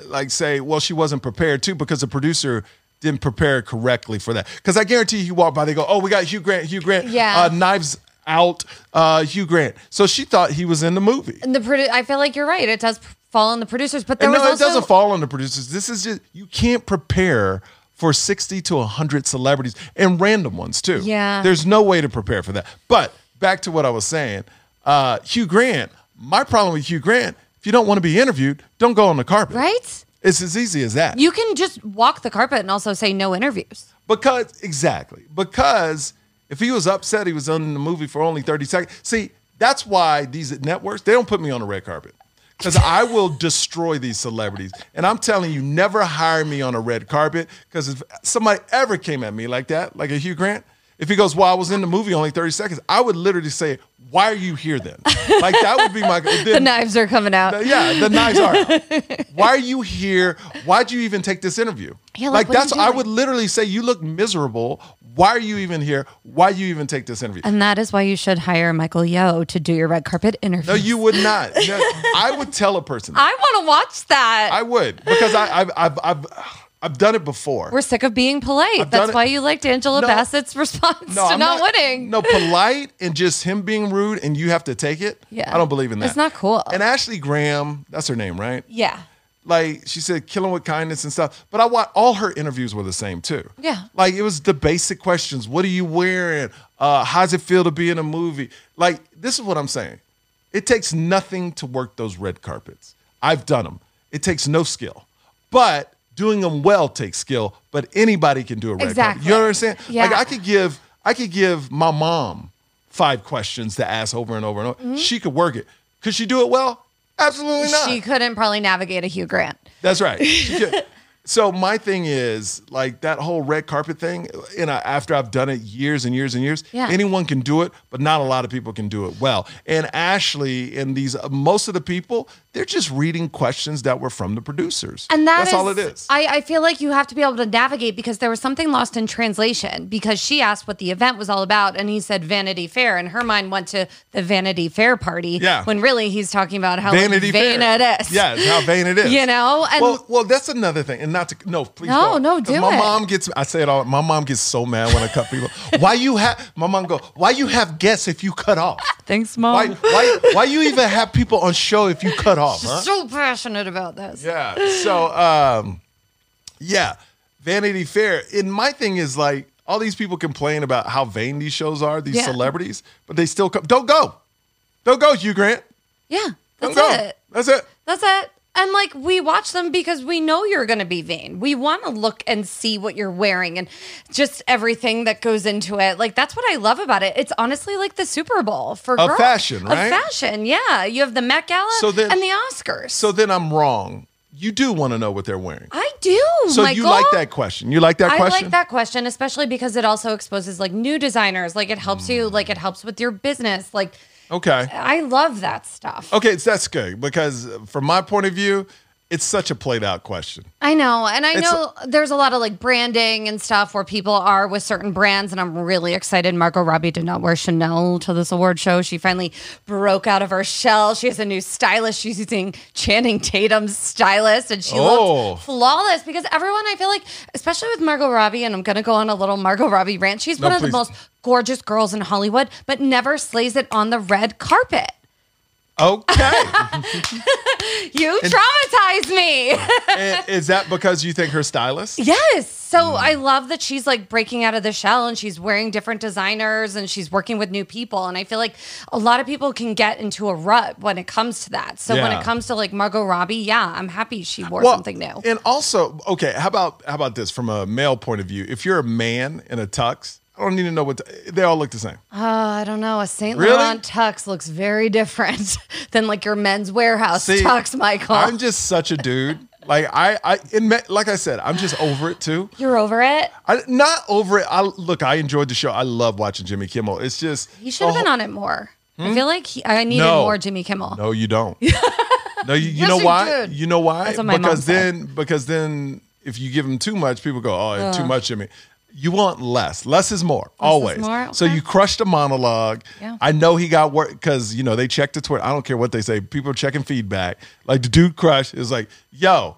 Speaker 2: like say, well, she wasn't prepared too because the producer didn't prepare correctly for that. Because I guarantee you walk by, they go, oh, we got Hugh Grant, Hugh Grant,
Speaker 1: Yeah.
Speaker 2: uh, Knives Out, uh, Hugh Grant. So she thought he was in the movie.
Speaker 1: And the produ- I feel like you're right. It does p- fall on the producers, but there
Speaker 2: And
Speaker 1: was
Speaker 2: no,
Speaker 1: also
Speaker 2: it doesn't fall on the producers. This is just you can't prepare for sixty to hundred celebrities and random ones too.
Speaker 1: Yeah.
Speaker 2: there's no way to prepare for that. But back to what I was saying, uh, Hugh Grant. My problem with Hugh Grant: if you don't want to be interviewed, don't go on the carpet.
Speaker 1: right.
Speaker 2: It's as easy as that.
Speaker 1: You can just walk the carpet and also say no interviews.
Speaker 2: Because exactly. Because if he was upset, he was in the movie for only 30 seconds. See, that's why these networks, they don't put me on the red carpet. Because I will destroy these celebrities. And I'm telling you, never hire me on a red carpet. Because if somebody ever came at me like that, like a Hugh Grant, if he goes, Well, I was in the movie only 30 seconds, I would literally say, Why are you here then? Like that would be my
Speaker 1: The
Speaker 2: then-
Speaker 1: knives are coming out.
Speaker 2: uh, yeah, the knives are. out. Why are you here? Why'd you even take this interview?
Speaker 1: Yeah, like,
Speaker 2: like
Speaker 1: what are you
Speaker 2: that's I
Speaker 1: doing?
Speaker 2: would literally say you look miserable. Why are you even here? Why you even take this interview?
Speaker 1: and that is why you should hire Michael Yo to do your red carpet interview.
Speaker 2: No, you would not. No, I would tell a person. that.
Speaker 1: I want to watch that.
Speaker 2: I would because I, I've I've I've I've done it before.
Speaker 1: We're sick of being polite.
Speaker 2: I've done
Speaker 1: That's
Speaker 2: it-
Speaker 1: why you liked Angela
Speaker 2: No.
Speaker 1: Bassett's response to
Speaker 2: I'm
Speaker 1: not, winning.
Speaker 2: No, polite and just him being rude and you have to take it.
Speaker 1: Yeah.
Speaker 2: I don't believe in that.
Speaker 1: It's not cool.
Speaker 2: And Ashley Graham, that's her name, right?
Speaker 1: Yeah.
Speaker 2: like she said, killing with kindness and stuff. But I watched all her interviews were the same too.
Speaker 1: Yeah.
Speaker 2: like it was the basic questions: What are you wearing? Uh, how's it feel to be in a movie? Like this is what I'm saying. It takes nothing to work those red carpets. I've done them. It takes no skill, but doing them well takes skill. But anybody can do a red carpet.
Speaker 1: Exactly.
Speaker 2: You understand? Like
Speaker 1: Yeah.
Speaker 2: I could give, I could give my mom five questions to ask over and over and over. She could work it. Could she do it well? Absolutely not.
Speaker 1: Mm-hmm. She couldn't probably navigate a Hugh Grant.
Speaker 2: That's right. She could. so my thing is like that whole red carpet thing. And I, after I've done it years and years and years,
Speaker 1: Yeah.
Speaker 2: anyone can do it, but not a lot of people can do it well. And Ashley and these uh, most of the people, they're just reading questions that were from the producers.
Speaker 1: And that
Speaker 2: that's
Speaker 1: is-
Speaker 2: all it is.
Speaker 1: I, I feel like you have to be able to navigate because there was something lost in translation because she asked what the event was all about and he said Vanity Fair and her mind went to the Vanity Fair party.
Speaker 2: Yeah.
Speaker 1: When really he's talking about how Vanity
Speaker 2: Vanity
Speaker 1: vain
Speaker 2: Fair.
Speaker 1: it is.
Speaker 2: Yeah, it's how vain it is.
Speaker 1: You know? And
Speaker 2: well, well, that's another thing, and not to no, please.
Speaker 1: No,
Speaker 2: don't.
Speaker 1: no,
Speaker 2: 'Cause
Speaker 1: do
Speaker 2: My
Speaker 1: it.
Speaker 2: mom gets. I say it all. My mom gets so mad when I cut people. why you have? My mom go. Why you have guests if you cut off?
Speaker 1: thanks, Mom.
Speaker 2: Why, why, why you even have people on show if you cut off? Huh?
Speaker 1: So passionate about this.
Speaker 2: Yeah. So, um, yeah, Vanity Fair. And my thing is like, all these people complain about how vain these shows are, these
Speaker 1: Yeah.
Speaker 2: celebrities, but they still come. Don't go. Don't go, Hugh Grant.
Speaker 1: Yeah.
Speaker 2: Don't
Speaker 1: That's
Speaker 2: go.
Speaker 1: it.
Speaker 2: That's it.
Speaker 1: That's it. And like we watch them because we know you're going to be vain. We want to look and see what you're wearing and just everything that goes into it. Like that's what I love about it. It's honestly like the Super Bowl for
Speaker 2: Of
Speaker 1: girls.
Speaker 2: fashion, right?
Speaker 1: Of fashion, yeah. You have the Met Gala
Speaker 2: So then-
Speaker 1: and the Oscars.
Speaker 2: So then I'm wrong you do want to know what they're wearing.
Speaker 1: I do.
Speaker 2: So
Speaker 1: Michael.
Speaker 2: you like that question? You like that
Speaker 1: Oh I
Speaker 2: question?
Speaker 1: like that question, especially because it also exposes like new designers. Like it helps you, like it helps with your business. Like
Speaker 2: Okay.
Speaker 1: I love that stuff.
Speaker 2: Okay, so that's good because from my point of view, it's such a played out question.
Speaker 1: I know. And I
Speaker 2: It's-
Speaker 1: know there's a lot of like branding and stuff where people are with certain brands. And I'm really excited. Margot Robbie did not wear Chanel to this award show. She finally broke out of her shell. She has a new stylist. She's using Channing Tatum's stylist. And she
Speaker 2: Oh.
Speaker 1: looked flawless because everyone, I feel like, especially with Margot Robbie, and I'm going to go on a little Margot Robbie rant, she's
Speaker 2: No,
Speaker 1: one of
Speaker 2: please.
Speaker 1: the most gorgeous girls in Hollywood, but never slays it on the red carpet.
Speaker 2: Okay,
Speaker 1: You traumatize me.
Speaker 2: And is that because you think her stylist?
Speaker 1: Yes. So
Speaker 2: Mm.
Speaker 1: I love that she's like breaking out of the shell and she's wearing different designers and she's working with new people. And I feel like a lot of people can get into a rut when it comes to that. So when
Speaker 2: Yeah.
Speaker 1: it comes to like Margot Robbie, yeah, I'm happy she wore something new.
Speaker 2: And also, okay, how about how about this from a male point of view? If you're a man in a tux, I don't need to know what they all look the same.
Speaker 1: Oh, I don't know. A Saint
Speaker 2: Really?
Speaker 1: Laurent tux looks very different than like your men's warehouse
Speaker 2: See,
Speaker 1: tux, Michael.
Speaker 2: I'm just such a dude. Like I, I, in me, like I said, I'm just over it too.
Speaker 1: You're over it.
Speaker 2: I not over it. I look. I enjoyed the show. I love watching Jimmy Kimmel. It's just
Speaker 1: You should have been on it more. I feel like he, I needed
Speaker 2: Oh. Hmm? No.
Speaker 1: more Jimmy Kimmel.
Speaker 2: No, you don't. no, you, you
Speaker 1: Yes,
Speaker 2: know
Speaker 1: you
Speaker 2: why?
Speaker 1: did.
Speaker 2: You know why?
Speaker 1: That's what my mom
Speaker 2: because
Speaker 1: said.
Speaker 2: then, because then, if you give them too much, people go, "Oh, too much of me." You want less. Less is more. always.
Speaker 1: more?
Speaker 2: So
Speaker 1: Okay.
Speaker 2: you crushed a monologue.
Speaker 1: Yeah.
Speaker 2: I know he got work because you know they checked the Twitter. I don't care what they say. People are checking feedback. Like the dude crushed is like, "Yo,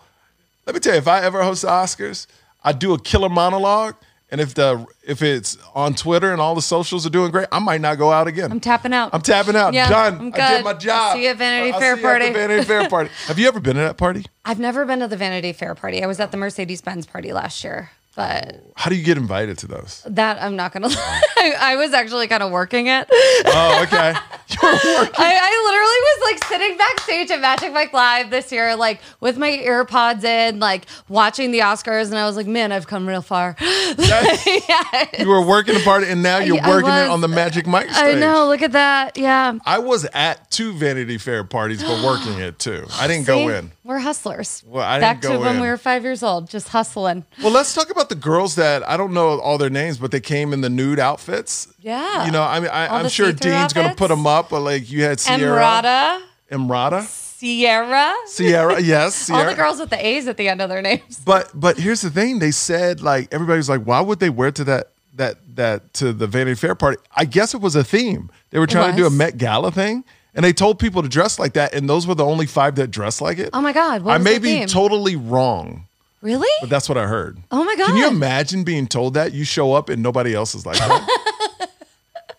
Speaker 2: let me tell you, if I ever host the Oscars, I do a killer monologue." And if the if it's on Twitter and all the socials are doing great, I might not go out again.
Speaker 1: I'm tapping out.
Speaker 2: I'm tapping out.
Speaker 1: Yeah,
Speaker 2: Done.
Speaker 1: I'm
Speaker 2: I did
Speaker 1: good.
Speaker 2: my job.
Speaker 1: See you at Vanity
Speaker 2: I'll
Speaker 1: Fair
Speaker 2: see you at the
Speaker 1: party.
Speaker 2: Vanity Fair party. Have you ever been to that party?
Speaker 1: I've never been to the Vanity Fair party. I was at the Mercedes Benz party last year, but
Speaker 2: How do you get invited to those?
Speaker 1: that I'm not gonna lie. I, I was actually kind of working it.
Speaker 2: Oh, okay. You're working.
Speaker 1: I, I literally was like sitting backstage at Magic Mike Live this year, like with my ear pods in, like watching the Oscars, and I was like, man, I've come real far. yeah.
Speaker 2: You were working the party, and now you're
Speaker 1: I
Speaker 2: working it
Speaker 1: was-
Speaker 2: on the Magic Mike
Speaker 1: I
Speaker 2: stage.
Speaker 1: know. Look at that. Yeah.
Speaker 2: I was at two Vanity Fair parties, but working it too. I didn't go
Speaker 1: See?
Speaker 2: in.
Speaker 1: We're hustlers.
Speaker 2: Well, I
Speaker 1: Back
Speaker 2: didn't go
Speaker 1: to when
Speaker 2: in.
Speaker 1: we were five years old, just hustling.
Speaker 2: Well, let's talk about the girls that I don't know all their names, but they came in the nude outfits.
Speaker 1: Yeah.
Speaker 2: You know, I mean, I,
Speaker 1: All
Speaker 2: I'm
Speaker 1: the
Speaker 2: sure
Speaker 1: see-through
Speaker 2: Dean's going to put
Speaker 1: outfits.
Speaker 2: them up, but like you had Sierra.
Speaker 1: Emrata,
Speaker 2: Emrata.
Speaker 1: Sierra.
Speaker 2: Sierra. Yes. Sierra.
Speaker 1: All the girls with the A's at the end of their names.
Speaker 2: But but here's the thing: they said like everybody was like, why would they wear to that that that to the Vanity Fair party? I guess it was a theme. They were trying to do a
Speaker 1: was.
Speaker 2: Met Gala thing, and they told people to dress like that, and those were the only five that dressed like it.
Speaker 1: Oh my God, what
Speaker 2: I
Speaker 1: was
Speaker 2: may
Speaker 1: the
Speaker 2: be
Speaker 1: theme?
Speaker 2: totally wrong,
Speaker 1: Really?
Speaker 2: but that's what I heard.
Speaker 1: Oh my
Speaker 2: Can you
Speaker 1: God.
Speaker 2: imagine being told that you show up and nobody else is like that?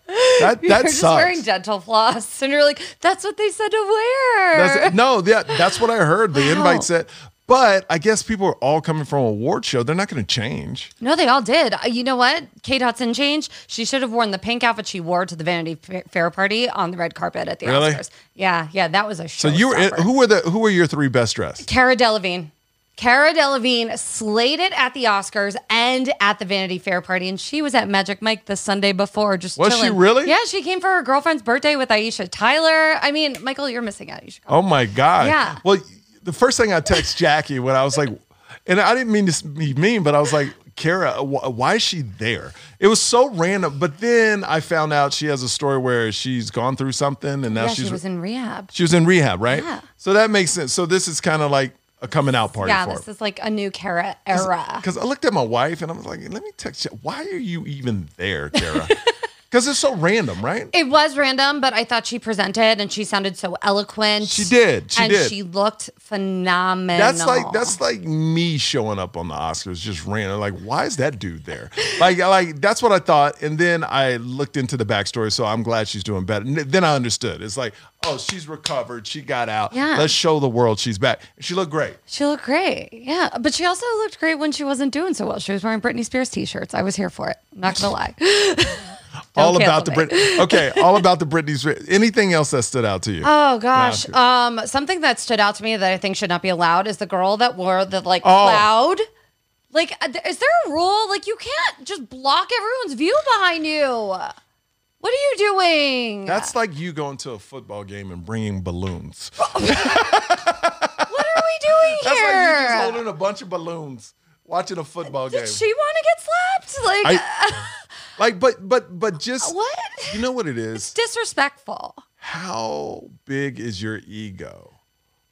Speaker 2: that that
Speaker 1: You're just
Speaker 2: sucks.
Speaker 1: wearing dental floss, and you're like, "That's what they said to wear."
Speaker 2: That's, no, that, that's what I heard. The
Speaker 1: Wow.
Speaker 2: invite said, but I guess people are all coming from a award show. They're not going to change.
Speaker 1: no, they all did. Uh, You know what? Kate Hudson changed. She should have worn the pink outfit she wore to the Vanity Fa- Fair party on the red carpet at the
Speaker 2: Really?
Speaker 1: Oscars. Yeah, yeah, that was a show.
Speaker 2: So you were who were the who were your three best dressed?
Speaker 1: Cara Delevingne. Cara Delevingne slayed it at the Oscars and at the Vanity Fair party, and she was at Magic Mike the Sunday before, just
Speaker 2: Was she
Speaker 1: chilling.
Speaker 2: really?
Speaker 1: Yeah, she came for her girlfriend's birthday with Aisha Tyler. I mean, Michael, you're missing out. You should go.
Speaker 2: Oh my god!
Speaker 1: Yeah.
Speaker 2: Well, the first thing I text Jackie when I was like, and I didn't mean to be mean, but I was like, Kara, wh- why is she there? It was so random. But then I found out she has a story where she's gone through something, and now
Speaker 1: yeah,
Speaker 2: she's
Speaker 1: she was in rehab.
Speaker 2: she was in rehab, right?
Speaker 1: Yeah.
Speaker 2: So that makes sense. So this is kind of like a coming out party
Speaker 1: Yeah,
Speaker 2: for
Speaker 1: this is like a new Cara era.
Speaker 2: Because I looked at my wife and I was like, let me text you. Why are you even there, Kara? Because it's so random, right?
Speaker 1: It was random, but I thought she presented and she sounded so eloquent.
Speaker 2: She did. She
Speaker 1: and
Speaker 2: did.
Speaker 1: she looked phenomenal.
Speaker 2: That's like that's like me showing up on the Oscars just random. Like, why is that dude there? Like, like that's what I thought. And then I looked into the backstory, so I'm glad she's doing better. And then I understood. It's like, oh, she's recovered. She got out.
Speaker 1: Yeah.
Speaker 2: Let's show the world she's back. And she looked great.
Speaker 1: she looked great. Yeah, but she also looked great when she wasn't doing so well. She was wearing Britney Spears t-shirts. I was here for it. Not gonna lie. cancel
Speaker 2: all about the
Speaker 1: me.
Speaker 2: Brit. Okay, all about the Britney's. Anything else that stood out to you?
Speaker 1: Oh gosh, um, something that stood out to me that I think should not be allowed is the girl that wore the
Speaker 2: Oh.
Speaker 1: like cloud. Like, uh, th- is there a rule? Like, you can't just block everyone's view behind you. What are you doing?
Speaker 2: That's like you going to a football game and bringing balloons.
Speaker 1: what are we doing
Speaker 2: That's
Speaker 1: here?
Speaker 2: like a bunch of balloons watching a football game.
Speaker 1: Did she want to get slapped? Like,
Speaker 2: I- like, but but but just
Speaker 1: what?
Speaker 2: you know what it is?
Speaker 1: Disrespectful.
Speaker 2: How big is your ego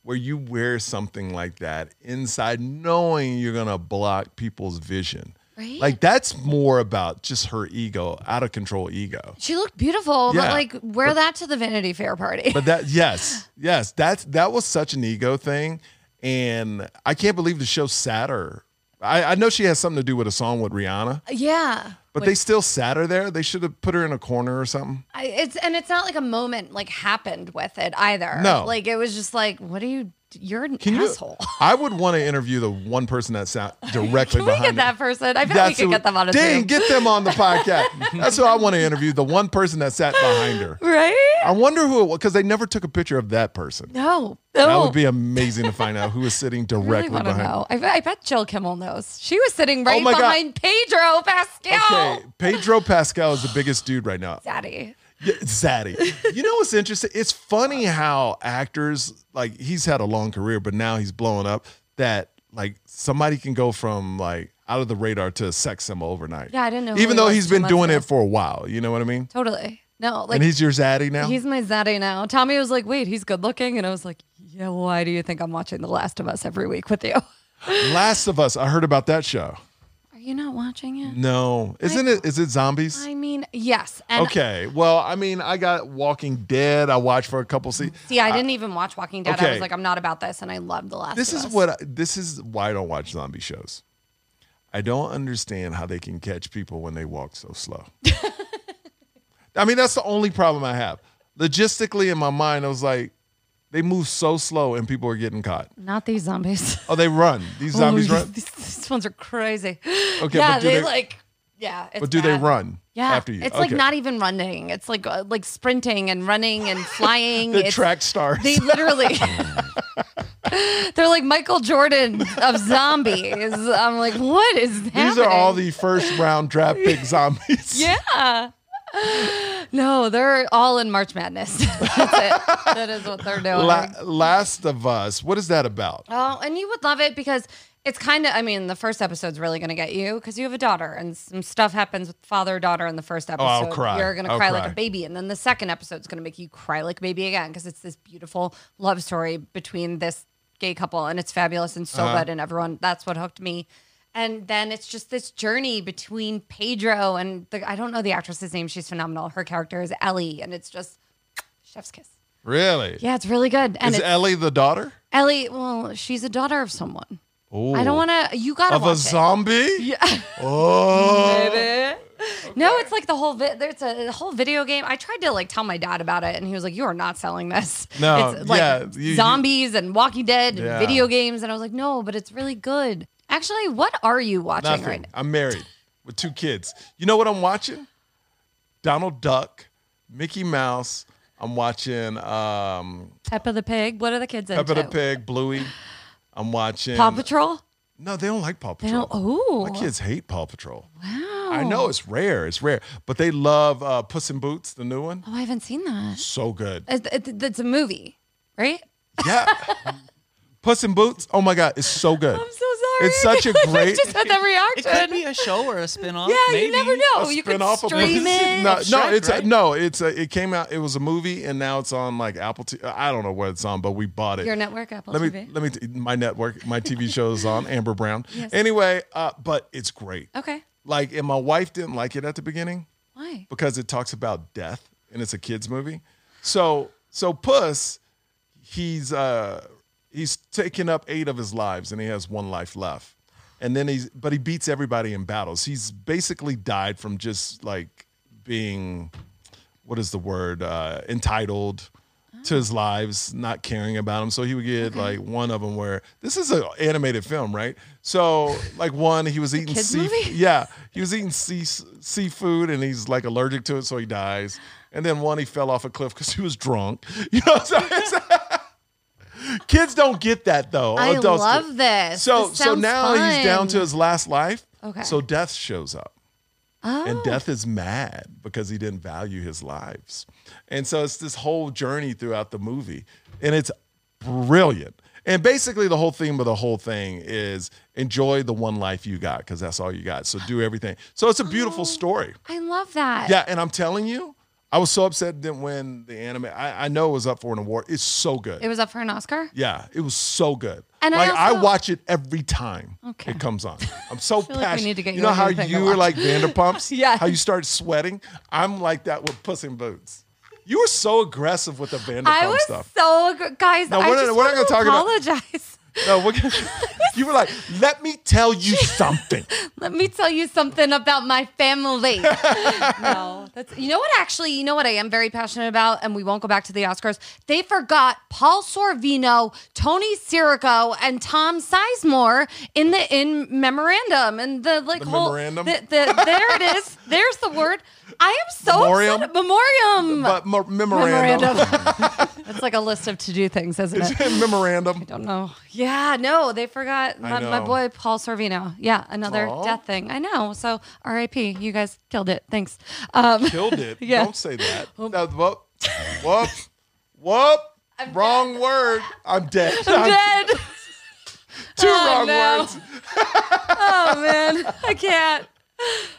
Speaker 2: where you wear something like that inside knowing you're gonna block people's vision?
Speaker 1: Right?
Speaker 2: Like that's more about just her ego, out of control ego.
Speaker 1: She looked beautiful,
Speaker 2: Yeah,
Speaker 1: but like wear that to the Vanity Fair party.
Speaker 2: But that yes, yes, that's that was such an ego thing, and I can't believe the show sat her. I, I know she has something to do with a song with Rihanna,
Speaker 1: yeah.
Speaker 2: but they still sat her there. They should have put her in a corner or something.
Speaker 1: I, it's and it's not like a moment like happened with it either.
Speaker 2: No.
Speaker 1: like it was just like, what are you? You're an
Speaker 2: Can you?
Speaker 1: asshole.
Speaker 2: I would want to interview the one person that sat directly
Speaker 1: Can we
Speaker 2: behind.
Speaker 1: get
Speaker 2: them.
Speaker 1: that person? I bet we
Speaker 2: That's
Speaker 1: could
Speaker 2: who-
Speaker 1: get them on a
Speaker 2: Dang,
Speaker 1: Zoom.
Speaker 2: get them on the podcast. That's who I want to interview. The one person that sat behind her.
Speaker 1: right?
Speaker 2: I wonder who it was because they never took a picture of that person.
Speaker 1: No,
Speaker 2: That
Speaker 1: no.
Speaker 2: would be amazing to find out who was sitting
Speaker 1: I really
Speaker 2: directly
Speaker 1: want to
Speaker 2: behind. Oh
Speaker 1: know. I, bet- I bet Jill Kimmel knows. She was sitting right
Speaker 2: my God.
Speaker 1: behind Pedro Pascal.
Speaker 2: Okay, Pedro Pascal is the biggest dude right now.
Speaker 1: Daddy.
Speaker 2: Yeah, Zaddy. You know what's interesting? It's funny how actors like he's had a long career, but now he's blowing up. That like somebody can go from like out of the radar to a sex symbol overnight.
Speaker 1: Yeah, I didn't know who
Speaker 2: Even
Speaker 1: he
Speaker 2: though
Speaker 1: was
Speaker 2: he's
Speaker 1: two
Speaker 2: been
Speaker 1: months
Speaker 2: doing
Speaker 1: ago.
Speaker 2: it for a while, you know what I mean?
Speaker 1: Totally. No, like
Speaker 2: and he's your Zaddy now.
Speaker 1: He's my zaddy now. Tommy was like, wait, he's good looking. And I was like, yeah, why do you think I'm watching The Last of Us every week with you?
Speaker 2: Last of Us. I heard about that show.
Speaker 1: Are you not watching it?
Speaker 2: No, isn't it? Is it zombies?
Speaker 1: I mean, yes. And
Speaker 2: Okay. Well, I mean, I got Walking Dead. I watched for a couple seasons.
Speaker 1: see, I didn't even watch Walking Dead. I
Speaker 2: Uh, okay.
Speaker 1: was like, I'm not about this. And I love The Last
Speaker 2: this
Speaker 1: of
Speaker 2: is
Speaker 1: Us.
Speaker 2: what I, this is why I don't watch zombie shows. I don't understand how they can catch people when they walk so slow. I mean, that's the only problem I have. Logistically, in my mind, I was like, they move so slow and people are getting caught.
Speaker 1: Not these zombies.
Speaker 2: Oh, they run. These zombies
Speaker 1: Oh,
Speaker 2: run.
Speaker 1: These, these ones are crazy.
Speaker 2: Okay,
Speaker 1: yeah,
Speaker 2: but do
Speaker 1: they,
Speaker 2: they-
Speaker 1: like, yeah. It's
Speaker 2: But do they
Speaker 1: bad.
Speaker 2: run
Speaker 1: Yeah,
Speaker 2: after you?
Speaker 1: it's like
Speaker 2: Okay.
Speaker 1: not even running. It's like uh, like sprinting and running and flying.
Speaker 2: the
Speaker 1: It's-
Speaker 2: track stars.
Speaker 1: They literally. They're like Michael Jordan of zombies. I'm like, what is happening?
Speaker 2: These are all the first round draft pick zombies.
Speaker 1: Yeah. No, they're all in March Madness. That's it. That is what they're doing.
Speaker 2: La- Last of Us. What is that about?
Speaker 1: oh, and you would love it because it's kind of, I mean, the first episode's really going to get you because you have a daughter and some stuff happens with father daughter in the first episode.
Speaker 2: Oh, I'll cry.
Speaker 1: You're going to
Speaker 2: I'll
Speaker 1: cry like
Speaker 2: cry.
Speaker 1: a baby. And then the second episode's going to make you cry like a baby again because it's this beautiful love story between this gay couple and it's fabulous and so
Speaker 2: Uh-huh.
Speaker 1: good and everyone. That's what hooked me. And then it's just this journey between Pedro and the, I don't know the actress's name. She's phenomenal. Her character is Ellie and it's just chef's kiss.
Speaker 2: Really?
Speaker 1: Yeah, it's really good. And
Speaker 2: is E-
Speaker 1: it's,
Speaker 2: Ellie the daughter?
Speaker 1: Ellie, well, she's a daughter of someone.
Speaker 2: Ooh.
Speaker 1: I don't want to. You gotta
Speaker 2: of a
Speaker 1: watch it.
Speaker 2: zombie. Yeah. Oh.
Speaker 1: No, it's like the whole vi- there's a whole video game. I tried to like tell my dad about it, and he was like, "You are not selling this."
Speaker 2: No,
Speaker 1: it's like
Speaker 2: yeah, you- you-
Speaker 1: zombies and Walking Dead and
Speaker 2: Yeah.
Speaker 1: video games, and I was like, "No, but it's really good." Actually, what are you watching
Speaker 2: Nothing.
Speaker 1: right now?
Speaker 2: I'm married with two kids. You know what I'm watching? Donald Duck, Mickey Mouse. I'm watching um,
Speaker 1: Peppa the Pig. What are the kids
Speaker 2: Peppa
Speaker 1: into?
Speaker 2: the Pig, Bluey. I'm watching.
Speaker 1: Paw Patrol.
Speaker 2: No, they don't like Paw
Speaker 1: They
Speaker 2: Patrol.
Speaker 1: don't. Oh,
Speaker 2: My kids hate Paw Patrol. Wow. I know it's rare. It's rare, but they love uh, Puss in Boots, the new one.
Speaker 1: oh, I haven't seen that.
Speaker 2: So good.
Speaker 1: It's, it's- it's a movie, right?
Speaker 2: Yeah. Puss in Boots. Oh my God, it's so good.
Speaker 1: I'm so sorry.
Speaker 2: It's such a
Speaker 1: I
Speaker 2: great.
Speaker 1: just had that
Speaker 3: It
Speaker 1: reaction.
Speaker 3: could be a show or a spin-off.
Speaker 1: yeah,
Speaker 3: maybe.
Speaker 1: you never know.
Speaker 2: a
Speaker 1: You could
Speaker 2: spin-off of
Speaker 1: stream
Speaker 2: Puss-
Speaker 1: it.
Speaker 2: No,
Speaker 3: It's
Speaker 2: no,
Speaker 3: Shrek,
Speaker 2: it's a,
Speaker 3: right?
Speaker 2: no, it's a, it came out. It was a movie, and now it's on like Apple. T- I don't know what it's on, but we bought it.
Speaker 1: Your network, Apple
Speaker 2: let me
Speaker 1: TV.
Speaker 2: let me. T- my network, my TV show is on Amber Brown. Anyway, uh, but it's great.
Speaker 1: Okay.
Speaker 2: Like, and my wife didn't like it at the beginning
Speaker 1: Why?
Speaker 2: because it talks about death and it's a kids movie. So so Puss, he's uh he's taken up eight of his lives and he has one life left. And then he's but he beats everybody in battles. He's basically died from just like being what is the word uh entitled to his lives, not caring about him. So he would get like one of them where this is an animated film, right? So like one he was eating
Speaker 1: kids
Speaker 2: seafood.
Speaker 1: movie?
Speaker 2: Yeah, he was eating sea seafood and he's like allergic to it, so he dies. And then one, he fell off a cliff because he was drunk. You know what I'm saying? Kids don't get that though.
Speaker 1: I
Speaker 2: Adults do.
Speaker 1: love this.
Speaker 2: So
Speaker 1: This
Speaker 2: so
Speaker 1: sounds
Speaker 2: now he's down
Speaker 1: fun.
Speaker 2: to his last life.
Speaker 1: Okay.
Speaker 2: So death shows up.
Speaker 1: Oh.
Speaker 2: And death is mad because he didn't value his lives. And so it's this whole journey throughout the movie. And it's brilliant. And basically, the whole theme of the whole thing is enjoy the one life you got because that's all you got. So do everything. So it's a
Speaker 1: Oh.
Speaker 2: beautiful story.
Speaker 1: I love that.
Speaker 2: Yeah, and I'm telling you, I was so upset it didn't win the anime. I, I know it was up for an award. It's so good.
Speaker 1: It was up for an Oscar.
Speaker 2: yeah, it was so good.
Speaker 1: And I
Speaker 2: like I,
Speaker 1: also-
Speaker 2: watch it every time
Speaker 1: Okay.
Speaker 2: it comes on. I'm so
Speaker 1: feel
Speaker 2: passionate.
Speaker 1: like we need to get
Speaker 2: you
Speaker 1: you
Speaker 2: know
Speaker 1: a
Speaker 2: how
Speaker 1: new thing to
Speaker 2: you were
Speaker 1: watch.
Speaker 2: like Vanderpumps?
Speaker 1: Yes.
Speaker 2: How you started sweating? I'm like that with Puss in Boots. You were so aggressive with the Vanderpump
Speaker 1: I was
Speaker 2: stuff.
Speaker 1: so gr- guys.
Speaker 2: No,
Speaker 1: I
Speaker 2: we're not-
Speaker 1: just
Speaker 2: we're not
Speaker 1: want to
Speaker 2: gonna talk
Speaker 1: apologize.
Speaker 2: No, we're gonna, you were like, let me tell you something.
Speaker 1: Let me tell you something about my family. no, that's you know what. Actually, you know what I am very passionate about, and we won't go back to the Oscars. They forgot Paul Sorvino, Tony Sirico, and Tom Sizemore in the in memorandum and the like
Speaker 2: The
Speaker 1: whole
Speaker 2: memorandum?
Speaker 1: The, the- there it is. There's the word. I am so
Speaker 2: Memoriam?
Speaker 1: upset. Memoriam.
Speaker 2: But mor- memorandum.
Speaker 1: memorandum. That's like a list of to do things, isn't it?
Speaker 2: memorandum.
Speaker 1: Don't know. Yeah, no, they forgot my, my
Speaker 2: know.
Speaker 1: boy Paul Sorvino. Yeah, another
Speaker 2: Aw.
Speaker 1: death thing. I know. So R.I.P. You guys killed it. Thanks. Um,
Speaker 2: Killed it.
Speaker 1: Yeah.
Speaker 2: Don't say that. No, whoop. Whoop. Whoop. wrong word. I'm dead. I'm-
Speaker 1: dead.
Speaker 2: Two
Speaker 1: Oh,
Speaker 2: wrong
Speaker 1: no.
Speaker 2: words.
Speaker 1: Oh man, I can't.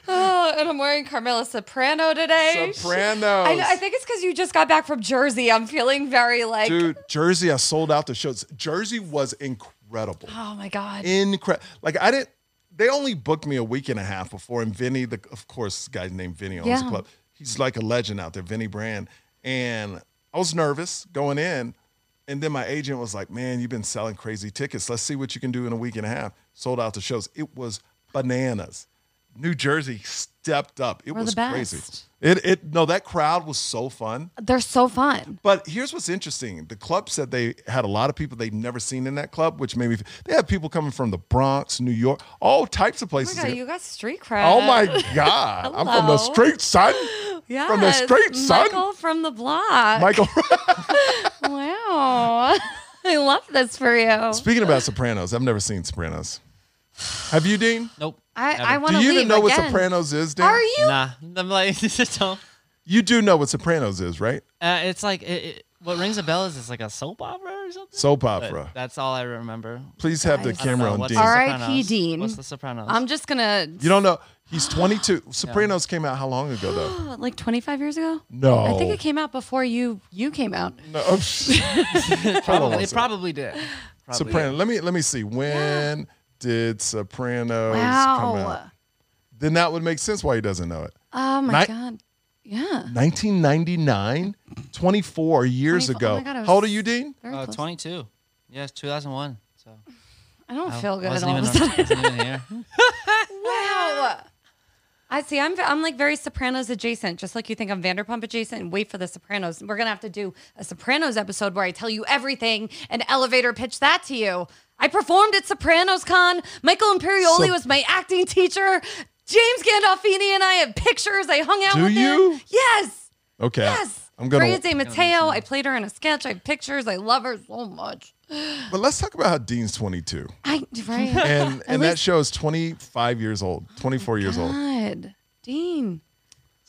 Speaker 1: Oh, and I'm wearing Carmela Soprano today.
Speaker 2: Sopranos.
Speaker 1: I, know, I think it's because you just got back from Jersey. I'm feeling very like,
Speaker 2: Dude, Jersey, I sold out the shows. Jersey was incredible.
Speaker 1: oh my god.
Speaker 2: Incredible. Like, I didn't, they only booked me a week and a half before. And Vinny, the, of course, this guy's named Vinny owns
Speaker 1: Yeah.
Speaker 2: the club. He's like a legend out there, Vinny Brand. And I was nervous going in. And then my agent was like, man, you've been selling crazy tickets. Let's see what you can do in a week and a half. Sold out the shows. It was bananas. New Jersey stepped up. It
Speaker 1: We're the
Speaker 2: was crazy.
Speaker 1: best.
Speaker 2: It, it, no, that crowd was so fun.
Speaker 1: They're so fun.
Speaker 2: But here's what's interesting: the club said they had a lot of people they'd never seen in that club, which made me. They had people coming from the Bronx, New York, all types
Speaker 1: Oh
Speaker 2: of places.
Speaker 1: my god,
Speaker 2: here.
Speaker 1: you got street cred.
Speaker 2: Oh my God! I'm from the
Speaker 1: Hello.
Speaker 2: street, son.
Speaker 1: Yes,
Speaker 2: From the street, son.
Speaker 1: Michael from the block.
Speaker 2: Michael.
Speaker 1: Wow. I love this for you.
Speaker 2: Speaking about Sopranos, I've never seen Sopranos. Have you, Dean?
Speaker 3: Nope.
Speaker 1: I,
Speaker 3: never.
Speaker 1: I want
Speaker 2: Do
Speaker 1: to
Speaker 2: you
Speaker 1: leave
Speaker 2: even know what
Speaker 1: again.
Speaker 2: Sopranos is, Dean?
Speaker 1: Are you?
Speaker 3: Nah. I'm like, just don't.
Speaker 2: You do know what Sopranos is, right?
Speaker 3: Uh, it's like it, it, what rings a bell is it's like a soap opera or something.
Speaker 2: Soap
Speaker 3: But
Speaker 2: opera.
Speaker 3: That's all I remember.
Speaker 2: Please have the
Speaker 1: Guys.
Speaker 3: I don't
Speaker 2: camera
Speaker 3: know,
Speaker 2: on
Speaker 3: what's
Speaker 2: Dean.
Speaker 3: the
Speaker 1: All right. R.I.P.
Speaker 3: Sopranos?
Speaker 1: Dean.
Speaker 3: What's the Sopranos?
Speaker 1: I'm just gonna.
Speaker 2: You don't know. He's 22. Sopranos came out how long ago, though?
Speaker 1: like 25 years ago.
Speaker 2: No.
Speaker 1: I think it came out before you you came out.
Speaker 2: No. Hold on one
Speaker 3: probably,
Speaker 2: second.
Speaker 3: it probably did. Probably
Speaker 2: Soprano. Let me let me see. When did Sopranos come out?
Speaker 1: Wow.
Speaker 2: Then that would make sense why he doesn't know it.
Speaker 1: Oh my
Speaker 2: Ni-
Speaker 1: god. Yeah.
Speaker 2: 1999, 24 years
Speaker 1: 24
Speaker 2: ago.
Speaker 1: oh my God, I
Speaker 2: How old are
Speaker 1: was-
Speaker 2: you, Dean?
Speaker 1: Very
Speaker 3: did. Uh,
Speaker 1: close.
Speaker 3: 22. Yes, 2001. So
Speaker 1: I don't
Speaker 3: Oh, I
Speaker 1: feel good at
Speaker 3: wasn't
Speaker 1: all. of a
Speaker 3: even,
Speaker 1: sudden.
Speaker 3: wasn't even here.
Speaker 1: Wow. I see. I'm I'm like very Sopranos adjacent, just like you think I'm Vanderpump adjacent. And wait for the Sopranos. We're gonna have to do a Sopranos episode where I tell you everything and elevator pitch that to you. I performed at Sopranos Con. Michael Imperioli
Speaker 2: So-
Speaker 1: was my acting teacher. James Gandolfini and I have pictures. I hung out
Speaker 2: Do
Speaker 1: with
Speaker 2: you?
Speaker 1: him. Yes.
Speaker 2: Okay.
Speaker 1: Yes.
Speaker 2: I'm gonna.
Speaker 1: Maria De Matteo. I played her in a sketch. I have pictures. I love her so much.
Speaker 2: But let's talk about how Dean's 22,
Speaker 1: I right.
Speaker 2: and and that show is 25 years old, 24 years old.
Speaker 1: Oh God, Dean.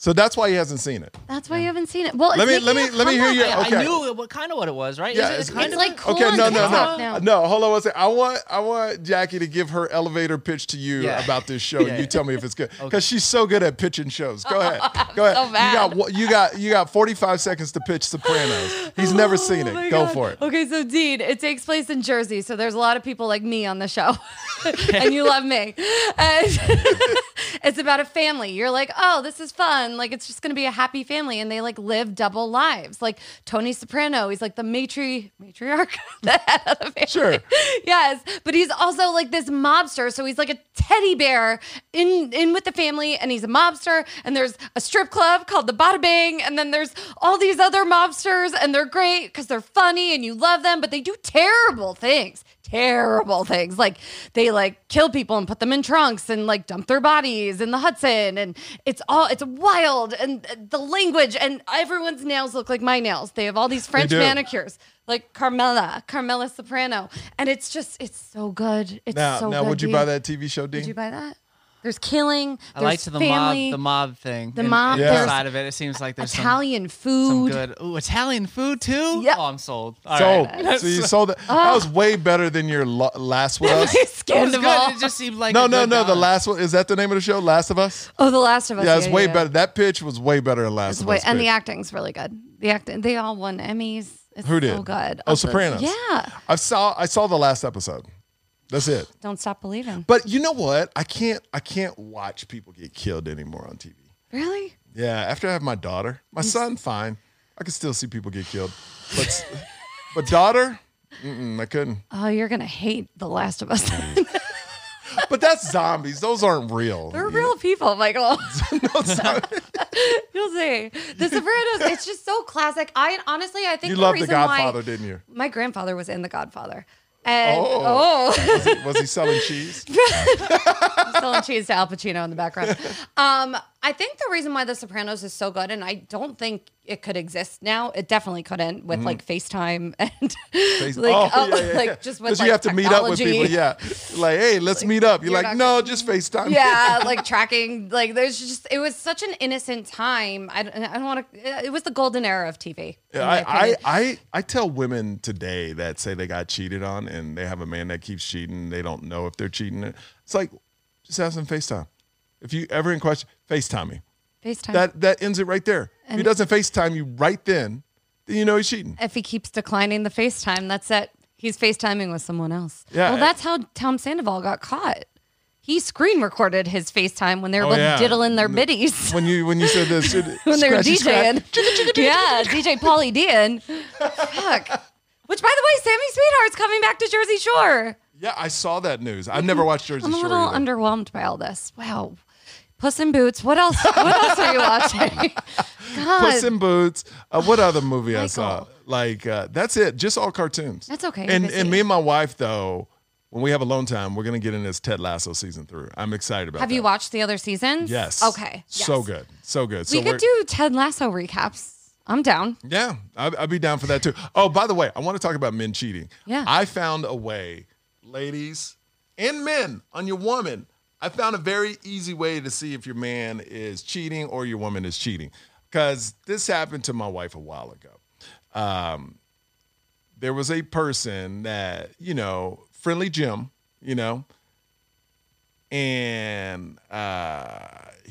Speaker 2: So that's why he hasn't seen it.
Speaker 1: That's why you haven't seen it. Well,
Speaker 2: Let
Speaker 1: it's
Speaker 2: me- let
Speaker 1: making
Speaker 2: me-
Speaker 1: a
Speaker 2: let me hear
Speaker 1: comeback.
Speaker 2: you-
Speaker 3: I-
Speaker 2: Okay.
Speaker 3: I knew it, what kind of what it was, right?
Speaker 2: Yeah, it's-
Speaker 3: Is it
Speaker 1: It's
Speaker 3: kind of
Speaker 1: like cool
Speaker 2: okay,
Speaker 1: on
Speaker 2: no, no,
Speaker 1: TikTok
Speaker 2: no,
Speaker 1: now.
Speaker 2: no. Hold on one second. I want, I want Jackie to give her elevator pitch to you
Speaker 3: Yeah.
Speaker 2: about this show.
Speaker 3: Yeah,
Speaker 2: You
Speaker 3: yeah.
Speaker 2: tell me if it's good because she's so good at pitching shows. Go ahead, go
Speaker 1: so
Speaker 2: ahead.
Speaker 1: mad.
Speaker 2: you got, one- you got, you got 45 seconds to pitch Sopranos. He's never seen
Speaker 1: Oh
Speaker 2: it.
Speaker 1: my
Speaker 2: Go
Speaker 1: God.
Speaker 2: for it.
Speaker 1: Okay, so Dean, it takes place in Jersey, so there's a lot of people like me on the show, and you love me. And it's about a family. You're like, oh, this is fun. Like it's just gonna be a happy family, and they like live double lives. Like Tony Soprano, he's like the matri matriarch, the head of the family.
Speaker 2: Sure.
Speaker 1: Yes, but he's also like this mobster, so he's like a teddy bear in in with the family, and he's a mobster. And there's a strip club called the Bada Bang, and then there's all these other mobsters, and they're great because they're funny and you love them, but they do terrible things, terrible things. Like they like kill people and put them in trunks and like dump their bodies in the Hudson, and it's all it's wild, and uh, the language, and everyone's nails look like my nails. They have all these French
Speaker 2: do.
Speaker 1: manicures manicures, like Carmela, Carmela Soprano, and it's just it's so good. It's
Speaker 2: Now,
Speaker 1: so
Speaker 2: now,
Speaker 1: good.
Speaker 2: would you
Speaker 1: Dean.
Speaker 2: buy that TV show, Dean?
Speaker 1: Would you buy that? There's killing.
Speaker 3: I
Speaker 1: there's
Speaker 3: like to the
Speaker 1: family,
Speaker 3: mob, the mob thing.
Speaker 1: The
Speaker 3: in-
Speaker 1: mob,
Speaker 2: Yeah.
Speaker 3: inside of it. It seems like there's some,
Speaker 1: Italian
Speaker 3: some
Speaker 1: food.
Speaker 3: good. Ooh, Italian food too.
Speaker 1: Yeah.
Speaker 3: Oh, I'm sold. All
Speaker 2: sold.
Speaker 3: right.
Speaker 2: So you sold that.
Speaker 1: Ah.
Speaker 2: that was way better than your lo- last with us.
Speaker 3: It was
Speaker 1: Scandal.
Speaker 3: good. It just seemed like
Speaker 2: No,
Speaker 3: a
Speaker 2: no,
Speaker 3: good
Speaker 2: no. The
Speaker 3: balance.
Speaker 2: last one is that the name of the show? Last of Us.
Speaker 1: Oh, The Last of Us.
Speaker 2: Yeah, it's way
Speaker 1: yeah.
Speaker 2: better. That pitch was way better than Last
Speaker 1: It's
Speaker 2: of
Speaker 1: way-
Speaker 2: Us.
Speaker 1: and the
Speaker 2: pitch.
Speaker 1: acting's really good. The acting. They all won Emmys. It's
Speaker 2: Who did?
Speaker 1: So good.
Speaker 2: Oh,
Speaker 1: Of the-
Speaker 2: Sopranos.
Speaker 1: yeah.
Speaker 2: I saw I saw the last episode. That's it.
Speaker 1: Don't stop believing.
Speaker 2: But you know what? I can't I can't watch people get killed anymore on Mm. TV.
Speaker 1: Really?
Speaker 2: Yeah, after I have my daughter, my son, fine. I can still see people get killed, but but daughter, mm-mm, I couldn't.
Speaker 1: Oh, you're gonna hate The Last of Us.
Speaker 2: But that's zombies; those aren't real.
Speaker 1: They're
Speaker 2: you know?
Speaker 1: real people, Michael.
Speaker 2: No, sorry.
Speaker 1: You'll see. The Sopranos. It's just so classic. I honestly, I think
Speaker 2: you
Speaker 1: the
Speaker 2: loved The
Speaker 1: reason
Speaker 2: Godfather,
Speaker 1: why
Speaker 2: didn't you?
Speaker 1: my grandfather was in The Godfather. And
Speaker 2: Oh.
Speaker 1: oh,
Speaker 2: Was he, was he selling cheese?
Speaker 1: selling cheese to Al Pacino in the background. Um, I think the reason why The Sopranos is so good, and I don't think it could exist now. It definitely couldn't with like FaceTime and like,
Speaker 2: Mm-hmm. Oh,
Speaker 1: uh,
Speaker 2: yeah, yeah, yeah.
Speaker 1: like just with
Speaker 2: 'Cause
Speaker 1: like,
Speaker 2: you have to meet up with
Speaker 1: technology.
Speaker 2: people. Yeah, like hey, let's meet up. You're,
Speaker 1: you're
Speaker 2: like,
Speaker 1: not
Speaker 2: no, just Facetime.
Speaker 1: yeah, like tracking, like there's just it was such an innocent time. I don't, I don't want to. It was the golden era of TV. in my
Speaker 2: I, I,
Speaker 1: opinion.
Speaker 2: I, I tell women today that say they got cheated on and they have a man that keeps cheating. They don't know if they're cheating. It's like, just have some FaceTime. If you ever in question, FaceTime me.
Speaker 1: FaceTime.
Speaker 2: That that ends it right there. if he
Speaker 1: And-
Speaker 2: doesn't FaceTime you right then, then you know he's cheating.
Speaker 1: if he keeps declining the FaceTime, that's it. He's FaceTiming with someone else.
Speaker 2: Yeah.
Speaker 1: Well, that's how Tom Sandoval got caught. He screen recorded his FaceTime when they were
Speaker 2: Oh,
Speaker 1: both
Speaker 2: yeah.
Speaker 1: diddling their biddies.
Speaker 2: When you when you said this,
Speaker 1: when they were
Speaker 2: scratchy scratch.
Speaker 1: DJing. yeah, DJ Pauly Dean. Fuck. Which, by the way, Sammy Sweetheart's coming back to Jersey Shore.
Speaker 2: Yeah, I saw that news. I've never watched Jersey
Speaker 1: I'm a
Speaker 2: Shore.
Speaker 1: little
Speaker 2: either.
Speaker 1: underwhelmed by all this. Wow. Puss in Boots. What else? What else are you watching? God.
Speaker 2: Puss in Boots. Uh, what other movie I
Speaker 1: Michael.
Speaker 2: saw? Like uh, that's it. Just all cartoons.
Speaker 1: That's okay, you're
Speaker 2: And
Speaker 1: busy.
Speaker 2: and me and my wife though, when we have alone time, we're gonna get in this Ted Lasso season through. I'm excited about.
Speaker 1: Have you
Speaker 2: that.
Speaker 1: watched the other seasons?
Speaker 2: Yes.
Speaker 1: Okay. yes.
Speaker 2: So good. So good. So
Speaker 1: we could do Ted Lasso recaps. I'm down.
Speaker 2: Yeah, I'd, I'd be down for that too. Oh, by the way, I want to talk about men cheating.
Speaker 1: Yeah.
Speaker 2: I found a way, ladies and men, on your woman. I found a very easy way to see if your man is cheating or your woman is cheating. Because this happened to my wife a while ago. Um, there was a person that, you know, friendly Jim, you know, and uh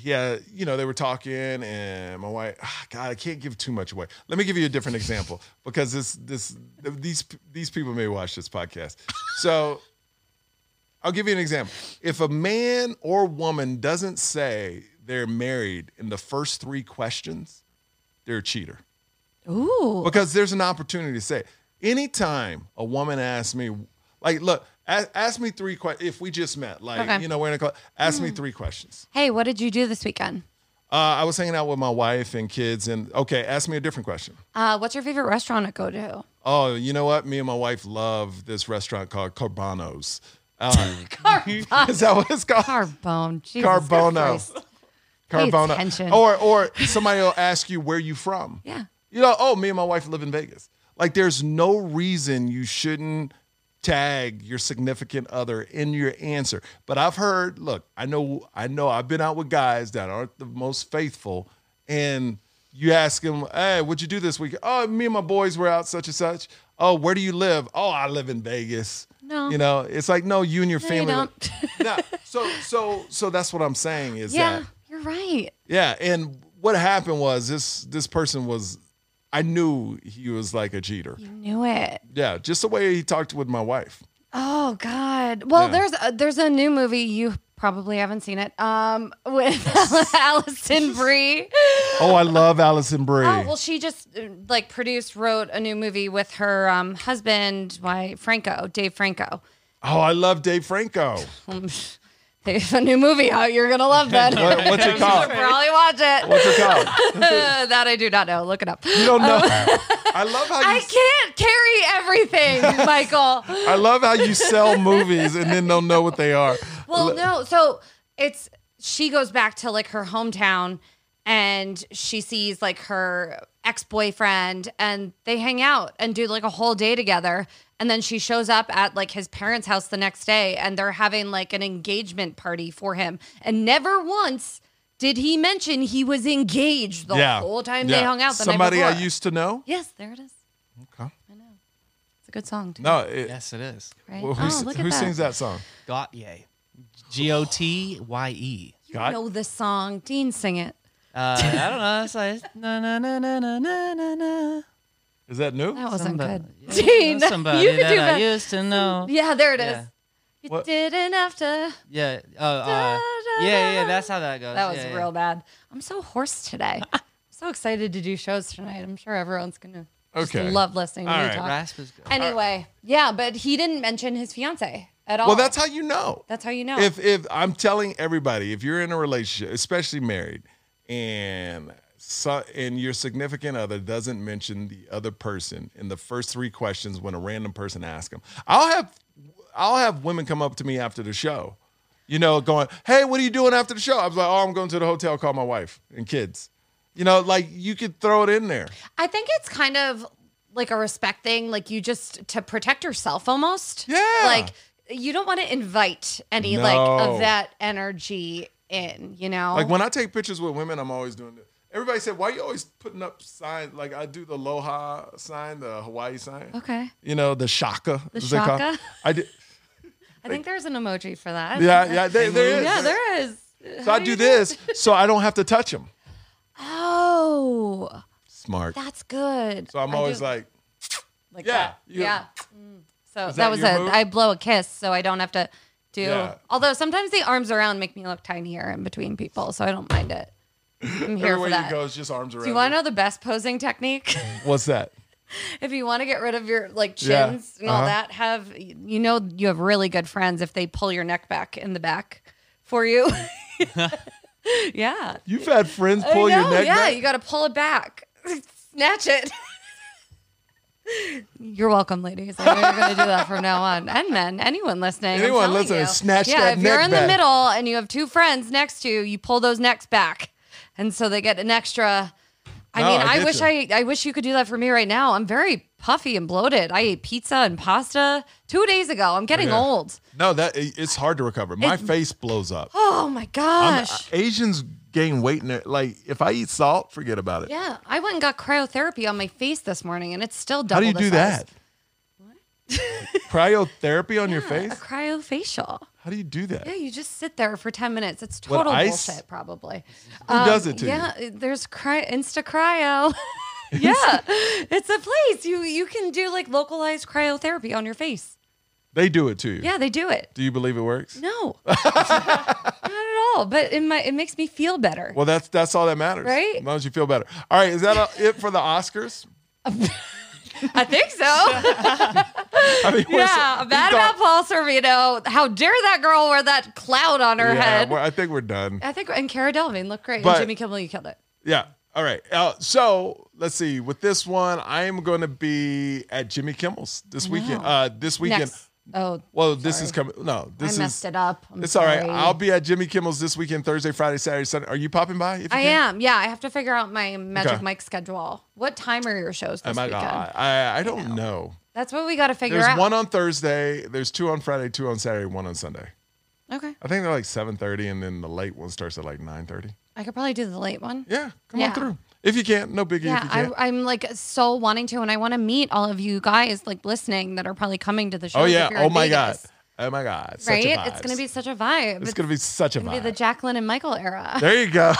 Speaker 2: yeah you know they were talking and my wife ah, god i can't give too much away let me give you a different example because this this these these people may watch this podcast so i'll give you an example if a man or woman doesn't say they're married in the first three questions they're a cheater
Speaker 1: Ooh.
Speaker 2: because there's an opportunity to say it. anytime a woman asks me like look ask, ask me three questions if we just met like
Speaker 1: Okay.
Speaker 2: you know we're in a club ask me three questions
Speaker 1: Hey, what did you do this weekend?
Speaker 2: uh, i was hanging out with my wife and kids and okay ask me a different question
Speaker 1: Uh, what's your favorite restaurant to go to?
Speaker 2: oh you know what me and my wife love this restaurant called carbonos uh, is that what it's called
Speaker 1: Carbone. Jesus Christ.
Speaker 2: carbono
Speaker 1: Pay
Speaker 2: carbono
Speaker 1: attention.
Speaker 2: or or somebody will ask you where you from
Speaker 1: Yeah.
Speaker 2: You know, oh, me and my wife live in Vegas. Like, there's no reason you shouldn't tag your significant other in your answer. But I've heard, look, I know, I know, I've been out with guys that aren't the most faithful, and you ask them, hey, what'd you do this week? Oh, me and my boys were out such and such. Oh, where do you live? Oh, I live in Vegas.
Speaker 1: No.
Speaker 2: you know, it's like no, you and your
Speaker 1: you
Speaker 2: family. live-
Speaker 1: don't.
Speaker 2: no, so, so, so that's what I'm saying is
Speaker 1: Yeah,
Speaker 2: that
Speaker 1: you're right.
Speaker 2: yeah, and what happened was this this person was I knew he was like a cheater.
Speaker 1: You knew it.
Speaker 2: Yeah, just the way he talked with my wife.
Speaker 1: Oh God. Well,
Speaker 2: Yeah.
Speaker 1: there's a, there's a new movie you probably haven't seen it. Um, with Allison Brie.
Speaker 2: Oh, I love Allison Brie.
Speaker 1: Oh, well, she just uh, like produced, wrote a new movie with her um, husband, why Franco, Dave Franco.
Speaker 2: oh, I love Dave Franco.
Speaker 1: They have Um, a new movie out. You're gonna love that.
Speaker 2: What- what's it called?
Speaker 1: Probably watch it.
Speaker 2: What's it called?
Speaker 1: that I do not know. Look it up.
Speaker 2: You don't know. I love how
Speaker 1: Oh. I
Speaker 2: you
Speaker 1: can't carry everything, Michael.
Speaker 2: I love how you sell movies and then don't know what they are.
Speaker 1: Well, no. So it's she goes back to like her hometown and she sees like her ex boyfriend and they hang out and do like a whole day together. And then she shows up at like his parents' house the next day and they're having like an engagement party for him. And never once did he mention he was engaged the
Speaker 2: yeah.
Speaker 1: whole time
Speaker 2: Yeah.
Speaker 1: they hung out the
Speaker 2: Somebody
Speaker 1: night before.
Speaker 2: I used to know.
Speaker 1: Yes, there it is.
Speaker 2: Okay.
Speaker 1: It's a good song. Too,
Speaker 2: No, it,
Speaker 3: Yes, it is.
Speaker 1: right?
Speaker 2: well, who,
Speaker 1: oh,
Speaker 2: s-
Speaker 1: look at
Speaker 2: who
Speaker 1: that.
Speaker 2: sings that song?
Speaker 3: Gautier. G O T Y E.
Speaker 1: You
Speaker 2: God.
Speaker 1: know this song. Dean, sing it.
Speaker 3: Uh, I don't know. It's like na na na na na na na na.
Speaker 2: Is that new?
Speaker 1: That wasn't
Speaker 3: Somebody-
Speaker 1: good. Dean,
Speaker 3: Somebody
Speaker 1: you could
Speaker 3: that
Speaker 1: do
Speaker 3: I
Speaker 1: that.
Speaker 3: used to know.
Speaker 1: Yeah, there it is.
Speaker 3: Yeah.
Speaker 1: You
Speaker 2: What-
Speaker 1: didn't have to.
Speaker 3: Yeah. Uh, uh,
Speaker 1: da,
Speaker 3: yeah,
Speaker 1: da.
Speaker 3: yeah. That's how that goes.
Speaker 1: That was
Speaker 3: yeah,
Speaker 1: real bad. I'm so hoarse today. I'm so excited to do shows tonight. I'm sure everyone's gonna just
Speaker 2: Okay.
Speaker 1: love listening to
Speaker 2: All
Speaker 1: me
Speaker 2: right.
Speaker 3: Yeah.
Speaker 1: talk.
Speaker 3: Rasp is good.
Speaker 1: Anyway, yeah, but he didn't mention his fiance at all.
Speaker 2: Well, that's how you know.
Speaker 1: Oh. that's how you know.
Speaker 2: if if I'm telling everybody, if you're in a relationship, especially married, and so, and your significant other doesn't mention the other person in the first three questions when a random person asks them, I'll have I'll have women come up to me after the show, you know, going, "Hey, what are you doing after the show?" I was like, "Oh, I'm going to the hotel, call my wife and kids." You know, like you could throw it in there.
Speaker 1: I think it's kind of like a respect thing, like you just to protect yourself almost.
Speaker 2: Yeah.
Speaker 1: Like you don't want to invite any like
Speaker 2: No.
Speaker 1: of that energy in, you know?
Speaker 2: Like when I take pictures with women, I'm always doing this. Everybody said, "Why you always putting up signs?" Like I do the aloha sign, the Hawaii sign.
Speaker 1: okay.
Speaker 2: You know the shaka.
Speaker 1: The
Speaker 2: is it called?
Speaker 1: shaka?
Speaker 2: I did.
Speaker 1: I think there's an emoji for that.
Speaker 2: Yeah, yeah. There, there is.
Speaker 1: Yeah, there is.
Speaker 2: so I do this, so I don't have to touch them.
Speaker 1: Oh,
Speaker 2: Smart.
Speaker 1: that's good.
Speaker 2: So I'm
Speaker 1: I
Speaker 2: always
Speaker 1: do
Speaker 2: like,
Speaker 1: like
Speaker 2: yeah,
Speaker 1: that.
Speaker 2: you-
Speaker 1: yeah. Mm. So that,
Speaker 2: Is that
Speaker 1: was
Speaker 2: your
Speaker 1: a. I
Speaker 2: move?
Speaker 1: blow a kiss, so I don't have to do.
Speaker 2: Yeah.
Speaker 1: Although sometimes the arms around make me look tinier in between people, so I don't mind it. I'm here
Speaker 2: everywhere
Speaker 1: for that.
Speaker 2: you go, it's just arms around.
Speaker 1: Do you want to know the best posing technique?
Speaker 2: What's that?
Speaker 1: if you want to get rid of your like
Speaker 2: Yeah.
Speaker 1: chins and all
Speaker 2: Uh-huh.
Speaker 1: that, have you know you have really good friends if they pull your neck back in the back for you. yeah.
Speaker 2: You've had friends
Speaker 1: I
Speaker 2: pull your
Speaker 1: know,
Speaker 2: neck
Speaker 1: yeah,
Speaker 2: back.
Speaker 1: you got to pull it back, snatch it. You're welcome, ladies. I know you're going to do that from now on, and men, anyone listening, I'm
Speaker 2: Anyone
Speaker 1: telling
Speaker 2: listening,
Speaker 1: you.
Speaker 2: snatch
Speaker 1: yeah,
Speaker 2: that
Speaker 1: if you're
Speaker 2: neck
Speaker 1: in the
Speaker 2: back.
Speaker 1: middle and you have two friends next to you, you pull those necks back, and so they get an extra. I
Speaker 2: No,
Speaker 1: mean,
Speaker 2: Oh, I
Speaker 1: I,
Speaker 2: get
Speaker 1: wish
Speaker 2: you.
Speaker 1: I, I wish you could do that for me right now. I'm very puffy and bloated. I ate pizza and pasta two days ago. I'm getting
Speaker 2: Yeah.
Speaker 1: old.
Speaker 2: No, that it- it's hard to recover. My face blows up.
Speaker 1: Oh my
Speaker 2: I'm- uh,
Speaker 1: gosh.
Speaker 2: Asians gain weight in their Like if I eat salt, forget about it.
Speaker 1: Yeah, I went and got cryotherapy on my face this morning, and it's still double.
Speaker 2: How do you
Speaker 1: the
Speaker 2: do
Speaker 1: size.
Speaker 2: that? Cryotherapy on your
Speaker 1: Yeah,
Speaker 2: face?
Speaker 1: A cryofacial.
Speaker 2: How do you do that?
Speaker 1: Yeah, you just sit there for ten minutes. It's
Speaker 2: What,
Speaker 1: total
Speaker 2: ice?
Speaker 1: bullshit, probably. Um,
Speaker 2: Who does it to you?
Speaker 1: yeah, it- there's cry Insta Cryo. yeah, it's a place you you can do like localized cryotherapy on your face.
Speaker 2: They do it to you.
Speaker 1: Yeah, they do it.
Speaker 2: Do you believe it works?
Speaker 1: No, not at all. But it my, it makes me feel better.
Speaker 2: Well, that's that's all that matters,
Speaker 1: Right?
Speaker 2: As long as you feel better. All right, is that a, it for the Oscars?
Speaker 1: I think so.
Speaker 2: I mean, we're so-
Speaker 1: yeah,
Speaker 2: we've
Speaker 1: bad
Speaker 2: gone-
Speaker 1: about Paul Sorvino. How dare that girl wear that cloud on her
Speaker 2: yeah,
Speaker 1: head?
Speaker 2: we're- I think we're done.
Speaker 1: I think and Cara Delevingne looked great.
Speaker 2: But-
Speaker 1: and Jimmy Kimmel, you killed it.
Speaker 2: Yeah. All right. Uh, so let's see. With this one, I am going to be at Jimmy Kimmel's this weekend. Uh, this weekend.
Speaker 1: Next. Oh,
Speaker 2: Well, this
Speaker 1: sorry.
Speaker 2: is coming. No,
Speaker 1: I
Speaker 2: this is.
Speaker 1: messed it up. I'm
Speaker 2: It's all right.
Speaker 1: sorry.
Speaker 2: I'll be at Jimmy Kimmel's this weekend, Thursday, Friday, Saturday, Sunday. Are you popping by? If you
Speaker 1: I
Speaker 2: can?
Speaker 1: am. Yeah, I have to figure out my Magic
Speaker 2: Okay.
Speaker 1: Mike schedule. What time are your shows this
Speaker 2: Oh my
Speaker 1: weekend?
Speaker 2: god. I I don't know.
Speaker 1: That's what we got to figure
Speaker 2: There's
Speaker 1: out.
Speaker 2: one on Thursday. There's two on Friday, two on Saturday, one on Sunday.
Speaker 1: okay,
Speaker 2: I think they're like 7:30, and then the late one starts at like 9:30.
Speaker 1: I could probably do the late one.
Speaker 2: Yeah, come
Speaker 1: Yeah.
Speaker 2: on through if you can. No biggie if
Speaker 1: Yeah,
Speaker 2: you can.
Speaker 1: I, I'm like so wanting to, and I want to meet all of you guys like listening that are probably coming to the show.
Speaker 2: oh yeah. Oh my god. Oh my god. Such a
Speaker 1: Right? It's gonna
Speaker 2: vibes.
Speaker 1: be such a vibe.
Speaker 2: It's gonna be such a
Speaker 1: It's gonna
Speaker 2: vibe.
Speaker 1: be the Jacqueline and Michael era.
Speaker 2: there you go.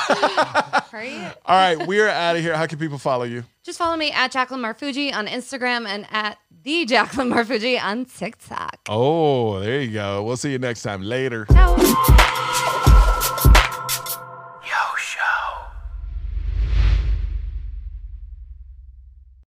Speaker 1: Right?
Speaker 2: All right, we are out of here. How can people follow you?
Speaker 1: Just follow me at Jacqueline Marfuji on Instagram and at the Jacqueline Marfuji on TikTok.
Speaker 2: Oh, there you go. We'll see you next time. Later.
Speaker 1: Ciao.